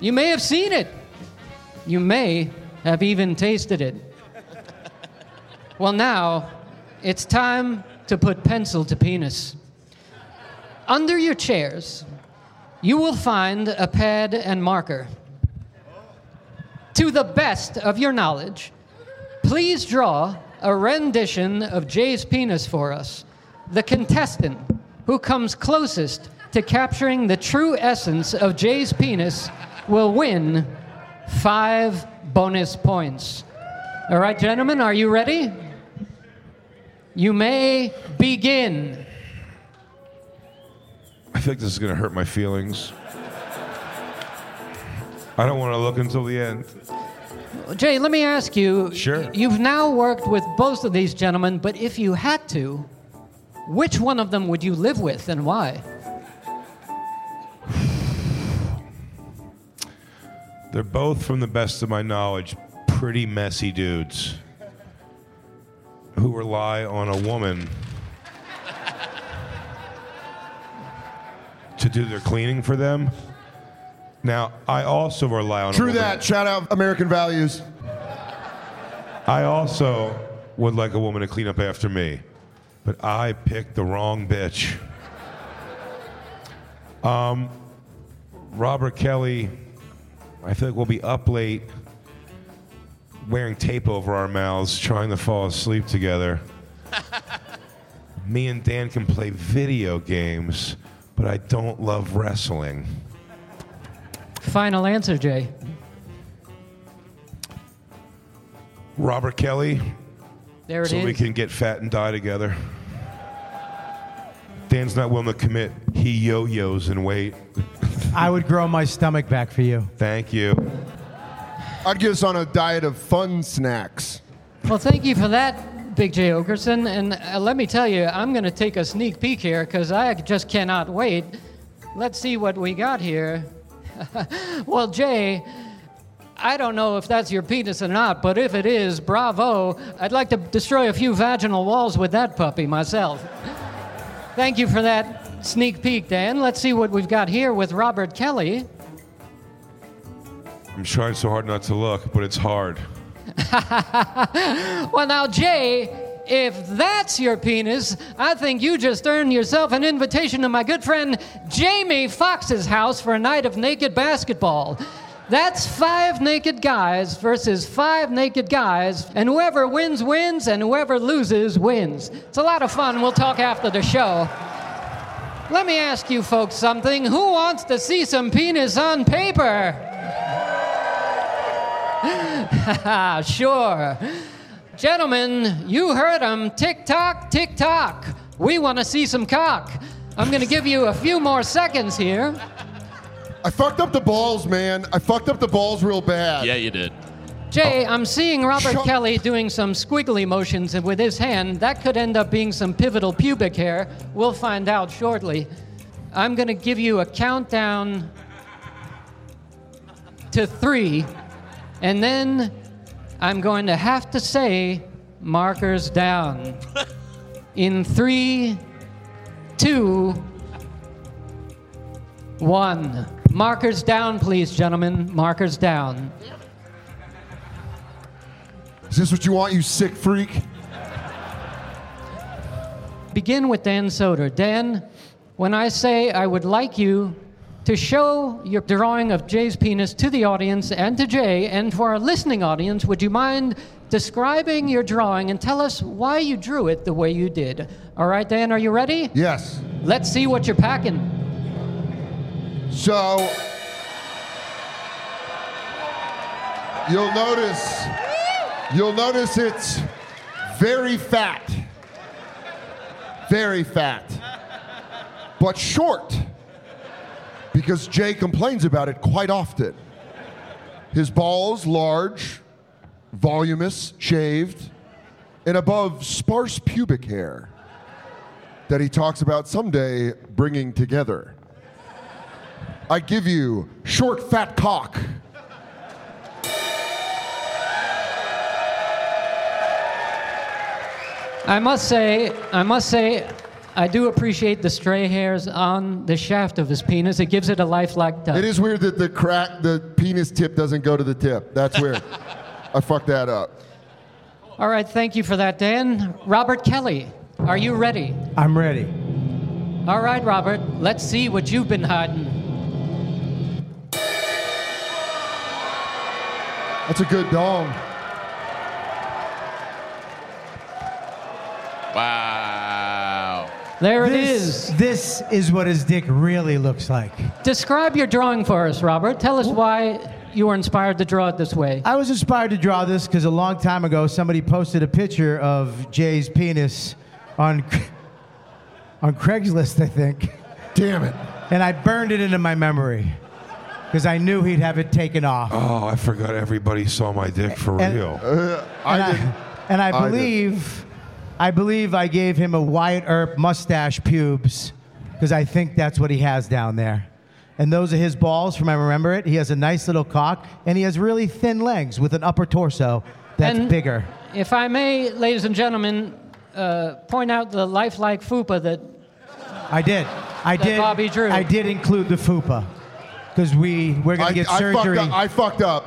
[SPEAKER 4] You may have seen it. You may have even tasted it. Well, now it's time to put pencil to penis. Under your chairs, you will find a pad and marker. To the best of your knowledge, please draw a rendition of Jay's penis for us. The contestant who comes closest to capturing the true essence of Jay's penis will win five bonus points. All right, gentlemen, are you ready? You may begin.
[SPEAKER 12] I feel like this is going to hurt my feelings. I don't want to look until the end.
[SPEAKER 4] Jay, let me ask you.
[SPEAKER 12] Sure.
[SPEAKER 4] You've now worked with both of these gentlemen, but if you had to, which one of them would you live with and why?
[SPEAKER 12] They're both, from the best of my knowledge, pretty messy dudes who rely on a woman to do their cleaning for them. Now, I also rely on a
[SPEAKER 10] True
[SPEAKER 12] woman.
[SPEAKER 10] that. Shout out American values.
[SPEAKER 12] I also would like a woman to clean up after me, but I picked the wrong bitch. Um, Robert Kelly, I feel like we'll be up late wearing tape over our mouths trying to fall asleep together. me and Dan can play video games, but I don't love wrestling.
[SPEAKER 4] Final answer, Jay.
[SPEAKER 12] Robert Kelly,
[SPEAKER 4] There it is.
[SPEAKER 12] so we can get fat and die together. Dan's not willing to commit. He yo-yos and wait.
[SPEAKER 3] I would grow my stomach back for you.
[SPEAKER 12] Thank you.
[SPEAKER 10] I'd get us on a diet of fun snacks.
[SPEAKER 4] Well, thank you for that, Big J. Okerson. And uh, let me tell you, I'm going to take a sneak peek here because I just cannot wait. Let's see what we got here. well, Jay, I don't know if that's your penis or not, but if it is, bravo. I'd like to destroy a few vaginal walls with that puppy myself. Thank you for that sneak peek, Dan. Let's see what we've got here with Robert Kelly.
[SPEAKER 12] I'm trying so hard not to look, but it's hard.
[SPEAKER 4] Well, now, Jay, if that's your penis, I think you just earned yourself an invitation to my good friend Jamie Fox's house for a night of naked basketball. That's five naked guys versus five naked guys, and whoever wins wins, and whoever loses wins. It's a lot of fun. We'll talk after the show. Let me ask you folks something. Who wants to see some penis on paper? sure. Gentlemen, you heard him. Tick tock, tick tock. We want to see some cock. I'm going to give you a few more seconds here.
[SPEAKER 10] I fucked up the balls, man. I fucked up the balls real bad.
[SPEAKER 9] Yeah, you did.
[SPEAKER 4] Jay, I'm seeing Robert
[SPEAKER 10] Shut-
[SPEAKER 4] Kelly doing some squiggly motions with his hand. That could end up being some pivotal pubic hair. We'll find out shortly. I'm going to give you a countdown to three, and then I'm going to have to say markers down. In three, two, one. Markers down, please, gentlemen. Markers down.
[SPEAKER 10] Is this what you want, you sick freak?
[SPEAKER 4] Begin with Dan Soder. Dan, when I say I would like you to show your drawing of Jay's penis to the audience and to Jay and for our listening audience, would you mind describing your drawing and tell us why you drew it the way you did? All right, Dan, are you ready?
[SPEAKER 10] Yes.
[SPEAKER 4] Let's see what you're packing.
[SPEAKER 10] So you'll notice you'll notice it's very fat. Very fat. But short. Because Jay complains about it quite often. His balls large, voluminous, shaved, and above sparse pubic hair that he talks about someday bringing together. I give you short fat cock.
[SPEAKER 4] I must say, I must say, I do appreciate the stray hairs on the shaft of his penis. It gives it a lifelike touch.
[SPEAKER 10] It is weird that the crack, the penis tip doesn't go to the tip. That's weird. I fucked that up.
[SPEAKER 4] All right, thank you for that, Dan. Robert Kelly, are you ready?
[SPEAKER 3] I'm ready.
[SPEAKER 4] All right, Robert, let's see what you've been hiding.
[SPEAKER 10] That's a good dong.
[SPEAKER 9] Wow.
[SPEAKER 4] There it
[SPEAKER 3] it is. This is what his dick really looks like.
[SPEAKER 4] Describe your drawing for us, Robert. Tell us why you were inspired to draw it this way.
[SPEAKER 3] I was inspired to draw this because a long time ago somebody posted a picture of Jay's penis on on Craigslist, I think.
[SPEAKER 10] Damn it.
[SPEAKER 3] And I burned it into my memory because I knew he'd have it taken off.
[SPEAKER 12] Oh, I forgot everybody saw my dick for
[SPEAKER 3] And-
[SPEAKER 12] real.
[SPEAKER 3] and I, and
[SPEAKER 10] Oh,
[SPEAKER 3] I
[SPEAKER 12] I did.
[SPEAKER 3] believe, I, believe I gave him a Wyatt Earp mustache pubes because I think that's what he has down there. And those are his balls, from I remember it. He has a nice little cock, and he has really thin legs with an upper torso that's
[SPEAKER 4] And-
[SPEAKER 3] bigger.
[SPEAKER 4] If I may, ladies and gentlemen, uh, point out the lifelike fupa that
[SPEAKER 3] I did. I
[SPEAKER 4] That
[SPEAKER 3] did.
[SPEAKER 4] Bobby drew.
[SPEAKER 3] I did include the fupa because we we're gonna
[SPEAKER 10] I-
[SPEAKER 3] get
[SPEAKER 10] I fucked
[SPEAKER 3] surgery.
[SPEAKER 10] up- I fucked up.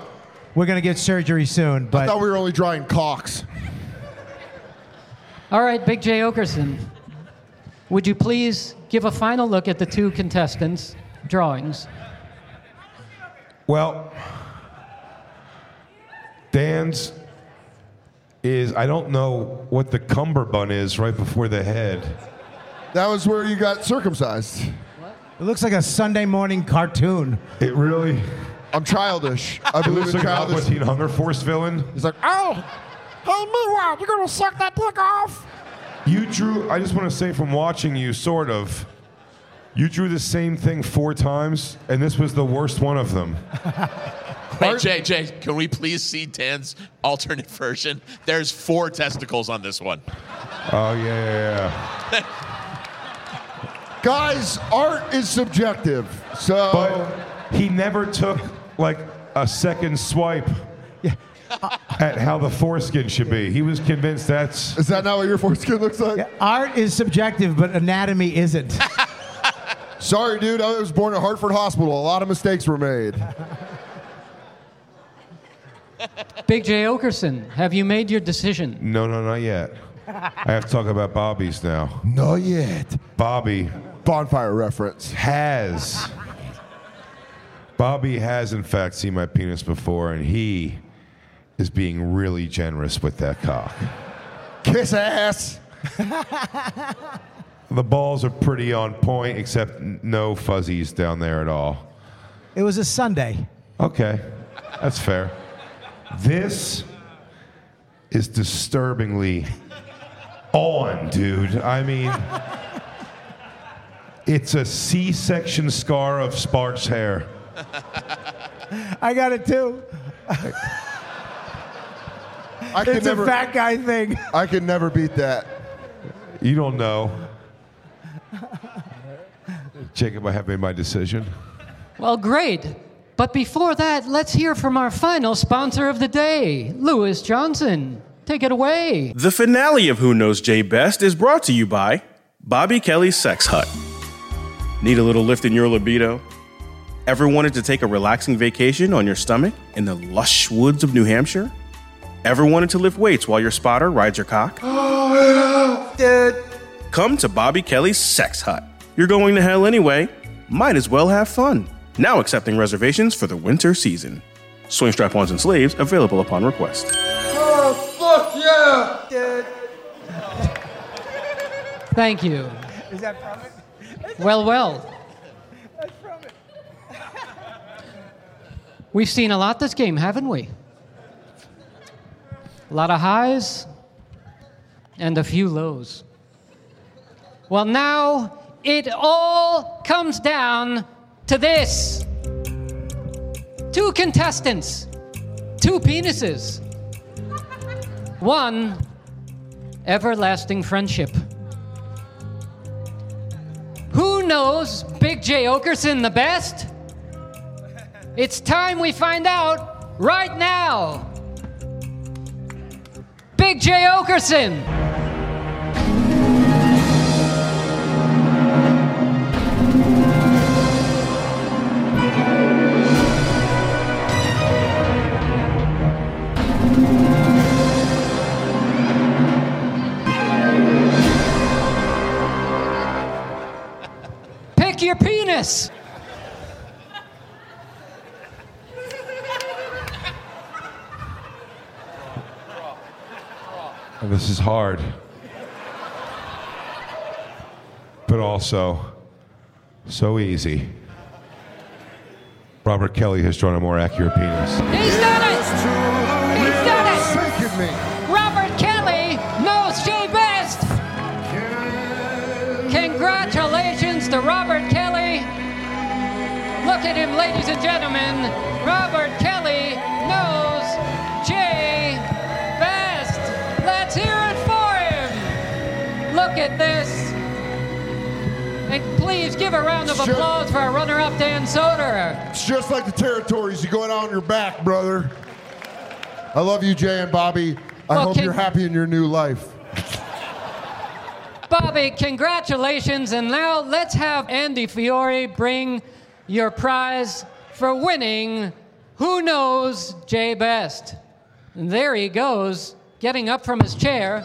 [SPEAKER 3] We're gonna get surgery soon,
[SPEAKER 10] I
[SPEAKER 3] but
[SPEAKER 10] thought we were only drawing cocks.
[SPEAKER 4] All right, Big J. Okerson, would you please give a final look at the two contestants' drawings?
[SPEAKER 12] Well, Dan's is I don't know what the cummerbund is right before the head.
[SPEAKER 10] That was where you got circumcised.
[SPEAKER 3] it looks like a Sunday morning cartoon.
[SPEAKER 12] It really.
[SPEAKER 10] I'm childish. I
[SPEAKER 12] It
[SPEAKER 10] believe
[SPEAKER 12] looks
[SPEAKER 10] in
[SPEAKER 12] like an
[SPEAKER 10] childish.
[SPEAKER 12] Aquatine Hunger Force villain.
[SPEAKER 10] He's like,
[SPEAKER 19] Oh, hey, meanwhile, you're gonna suck that dick off.
[SPEAKER 12] You drew. I just want to say from watching you, sort of. You drew the same thing four times, and this was the worst one of them.
[SPEAKER 9] Wait, Jay, Jay, can we please see Dan's alternate version? There's four testicles on this one.
[SPEAKER 12] Oh yeah, yeah,
[SPEAKER 10] guys, art is subjective. So,
[SPEAKER 12] yeah. He never took like a second swipe at how the foreskin should be. He was convinced that's.
[SPEAKER 10] Is that not what your foreskin looks like?
[SPEAKER 3] Art is subjective, but anatomy isn't.
[SPEAKER 10] sorry, dude, I was born at Hartford Hospital. A lot of mistakes were made.
[SPEAKER 4] Big J. Okerson, have you made your decision?
[SPEAKER 12] No, no, not yet. I have to talk about Bobby's now.
[SPEAKER 10] Not yet.
[SPEAKER 12] Bobby
[SPEAKER 10] Bonfire reference.
[SPEAKER 12] has. Bobby has, in fact, seen my penis before, and he is being really generous with that cock.
[SPEAKER 10] Kiss ass.
[SPEAKER 12] The balls are pretty on point, except n- no fuzzies down there at all.
[SPEAKER 3] It was a Sunday.
[SPEAKER 12] Okay, that's fair. This is disturbingly on, dude. I mean, it's a C section scar of sparse hair.
[SPEAKER 3] I got it too.
[SPEAKER 10] I could
[SPEAKER 3] it's
[SPEAKER 10] never-
[SPEAKER 3] a fat guy thing.
[SPEAKER 10] I could never beat that.
[SPEAKER 12] You don't know. Jacob, I have made my decision.
[SPEAKER 4] Well, great. But before that, let's hear from our final sponsor of the day, Lewis Johnson. Take it away.
[SPEAKER 14] The finale of Who Knows Jay Best is brought to you by Bobby Kelly's Sex Hut. Need a little lift in your libido? Ever wanted to take a relaxing vacation on your stomach in the lush woods of New Hampshire? Ever wanted to lift weights while your spotter rides your cock?
[SPEAKER 8] Oh,
[SPEAKER 14] Come to Bobby Kelly's Sex Hut. You're going to hell anyway. Might as well have fun. Now accepting reservations for the winter season. Swing strap ons and slaves available upon request.
[SPEAKER 8] oh fuck yeah!
[SPEAKER 4] Thank you.
[SPEAKER 20] Is that from it?
[SPEAKER 4] Well, well. We've seen a lot this game, haven't we? A lot of highs and a few lows. Well, now it all comes down to this two contestants, two penises, one everlasting friendship. Who knows Big J Okerson the best? It's time we find out right now. Big J Okerson. Pick your penis.
[SPEAKER 2] And this is hard. But also, so easy. Robert Kelly has drawn a more accurate penis.
[SPEAKER 8] He's done it! He's done it!
[SPEAKER 4] Robert Kelly knows Jay Best. Congratulations to Robert Kelly. Look at him, ladies and gentlemen. Robert Kelly knows Jay Best. Let's hear it for him. Look at this. And please give a round of
[SPEAKER 10] Sure.
[SPEAKER 4] applause for our runner up, Dan Soder.
[SPEAKER 10] It's just like the territories. You're going out on your back, brother. I love you, Jay and Bobby. I
[SPEAKER 4] Well,
[SPEAKER 10] hope
[SPEAKER 4] can-
[SPEAKER 10] you're happy in your new life.
[SPEAKER 4] Bobby, congratulations. And now let's have Andy Fiore bring your prize for winning Who Knows Jay Best. And there he goes, getting up from his chair.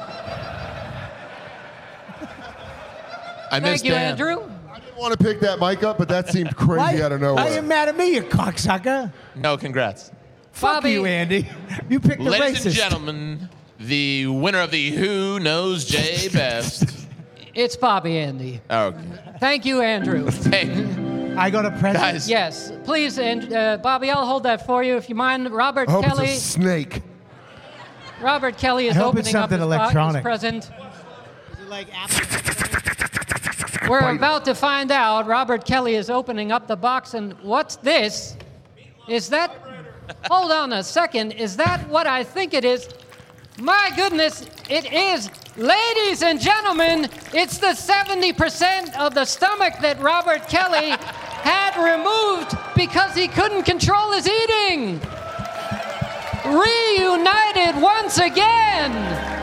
[SPEAKER 9] I
[SPEAKER 4] Thank you, Andrew.
[SPEAKER 10] I didn't want to pick that mic up, but that seemed
[SPEAKER 3] Why-
[SPEAKER 10] crazy out of nowhere.
[SPEAKER 3] Why you mad at me, you cocksucker?
[SPEAKER 9] No, congrats.
[SPEAKER 3] Fuck
[SPEAKER 4] Bobby-
[SPEAKER 3] you, Andy. You picked the
[SPEAKER 9] Ladies
[SPEAKER 3] racist.
[SPEAKER 9] and gentlemen, the winner of the Who Knows Jay Best.
[SPEAKER 4] It's Bobby, Andy.
[SPEAKER 9] okay.
[SPEAKER 4] Thank you, Andrew.
[SPEAKER 3] I got a present.
[SPEAKER 4] Yes, please, and uh, Bobby, I'll hold that for you if you mind. Robert
[SPEAKER 10] I hope
[SPEAKER 4] Kelly.
[SPEAKER 10] it's a snake.
[SPEAKER 4] Robert Kelly is
[SPEAKER 10] I hope
[SPEAKER 4] opening
[SPEAKER 10] it's
[SPEAKER 4] up
[SPEAKER 10] something
[SPEAKER 4] his, box, his
[SPEAKER 10] electronic.
[SPEAKER 4] present. We're about to find out. Robert Kelly is opening up the box, and what's this? Is that? Hold on a second. Is that what I think it is? My goodness, it is. Ladies and gentlemen, it's the 70% of the stomach that Robert Kelly had removed because he couldn't control his eating. Reunited once again,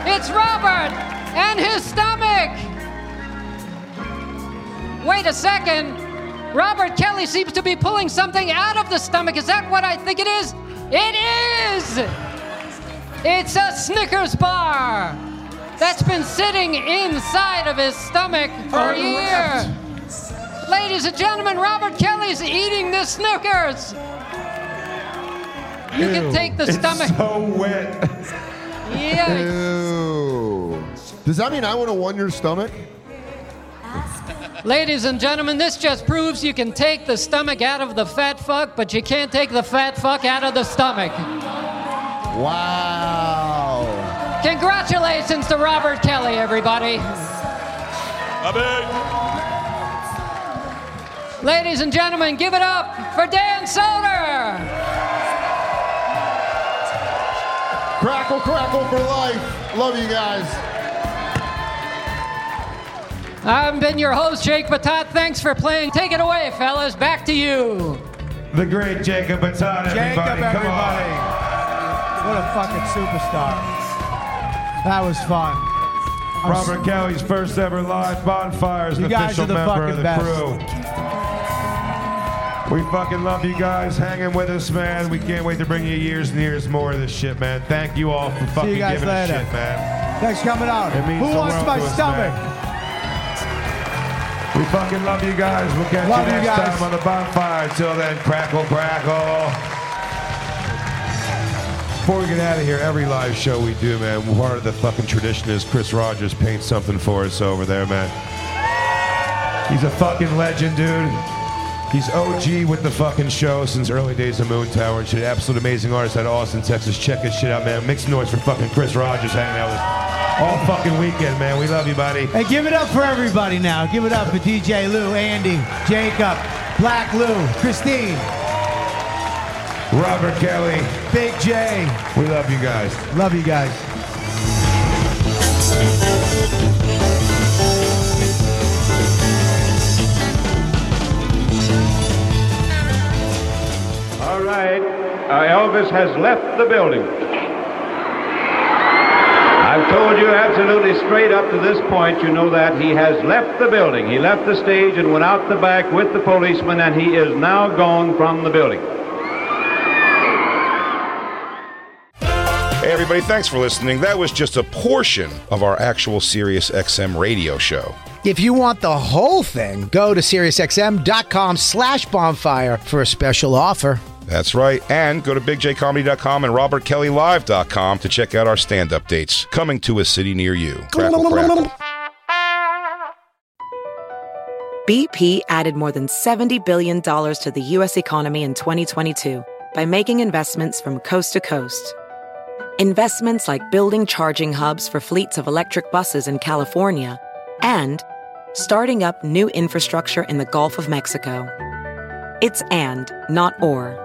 [SPEAKER 4] it's Robert and his stomach. Wait a second. Robert Kelly seems to be pulling something out of the stomach. Is that what I think it is? It is! It's a Snickers bar that's been sitting inside of his stomach for a year. Ladies and gentlemen, Robert Kelly's eating the Snickers. You can take the stomach.
[SPEAKER 2] so wet.
[SPEAKER 4] Yeah.
[SPEAKER 10] Ew. Does that mean I want to one your stomach?
[SPEAKER 4] Ladies and gentlemen, this just proves you can take the stomach out of the fat fuck, but you can't take the fat fuck out of the stomach.
[SPEAKER 10] Wow.
[SPEAKER 4] Congratulations to Robert Kelly, everybody. Ladies and gentlemen, give it up for Dan Soder.
[SPEAKER 10] Crackle, crackle for life. Love you guys.
[SPEAKER 4] I've been your host, Jake Batat. Thanks for playing. Take it away, fellas. Back to you.
[SPEAKER 2] The great Jacob Baton, everybody.
[SPEAKER 3] Jacob,
[SPEAKER 2] Come on.
[SPEAKER 3] everybody. What a fucking superstar. That was fun. I'm s-
[SPEAKER 12] Robert Kelly's first ever live bonfire is an
[SPEAKER 3] You guys
[SPEAKER 12] official
[SPEAKER 3] are the
[SPEAKER 12] member of
[SPEAKER 3] fucking
[SPEAKER 12] the
[SPEAKER 3] best.
[SPEAKER 12] crew. We fucking love you guys hanging with us, man. We can't wait to bring you years and years more of this shit, man. Thank you all for fucking
[SPEAKER 3] See you guys
[SPEAKER 12] giving
[SPEAKER 3] later.
[SPEAKER 12] us shit, man.
[SPEAKER 3] Thanks for coming out.
[SPEAKER 12] It means
[SPEAKER 3] Who
[SPEAKER 12] the
[SPEAKER 3] wants
[SPEAKER 12] world
[SPEAKER 3] my
[SPEAKER 12] to us,
[SPEAKER 3] stomach?
[SPEAKER 12] We fucking love you guys. We'll catch
[SPEAKER 3] Love
[SPEAKER 12] you
[SPEAKER 3] you
[SPEAKER 12] next
[SPEAKER 3] guys.
[SPEAKER 12] time on the bonfire. Till then, crackle, crackle. Before we get out of here, every live show we do, man, part of the fucking tradition is Chris Rogers paints something for us over there, man. He's a fucking legend, dude. He's OG with the fucking show since early days of Moon Tower and shit. Absolute amazing artist out of Austin, Texas. Check his shit out, man. Make some noise for fucking Chris Rogers hanging out with us all fucking weekend, man. We love you, buddy.
[SPEAKER 3] Hey, give it up for everybody now. Give it up for DJ Lou, Andy, Jacob, Black Lou, Christine,
[SPEAKER 12] Robert Kelly,
[SPEAKER 3] Big J.
[SPEAKER 12] We love you guys.
[SPEAKER 3] Love you guys.
[SPEAKER 21] All right, uh, Elvis has left the building. I've told you absolutely straight up to this point, you know that. He has left the building. He left the stage and went out the back with the policeman, and he is now gone from the building.
[SPEAKER 22] Hey, everybody, thanks for listening. That was just a portion of our actual Sirius XM radio show.
[SPEAKER 13] If you want the whole thing, go to SiriusXM.com slash bonfire for a special offer.
[SPEAKER 22] That's right. And go to bigjcomedy.com and robertkellylive.com to check out our stand up dates coming to a city near you. Crackle, crackle.
[SPEAKER 11] BP added more than $70 billion to the U.S. economy in 2022 by making investments from coast to coast. Investments like building charging hubs for fleets of electric buses in California and starting up new infrastructure in the Gulf of Mexico. It's and, not or.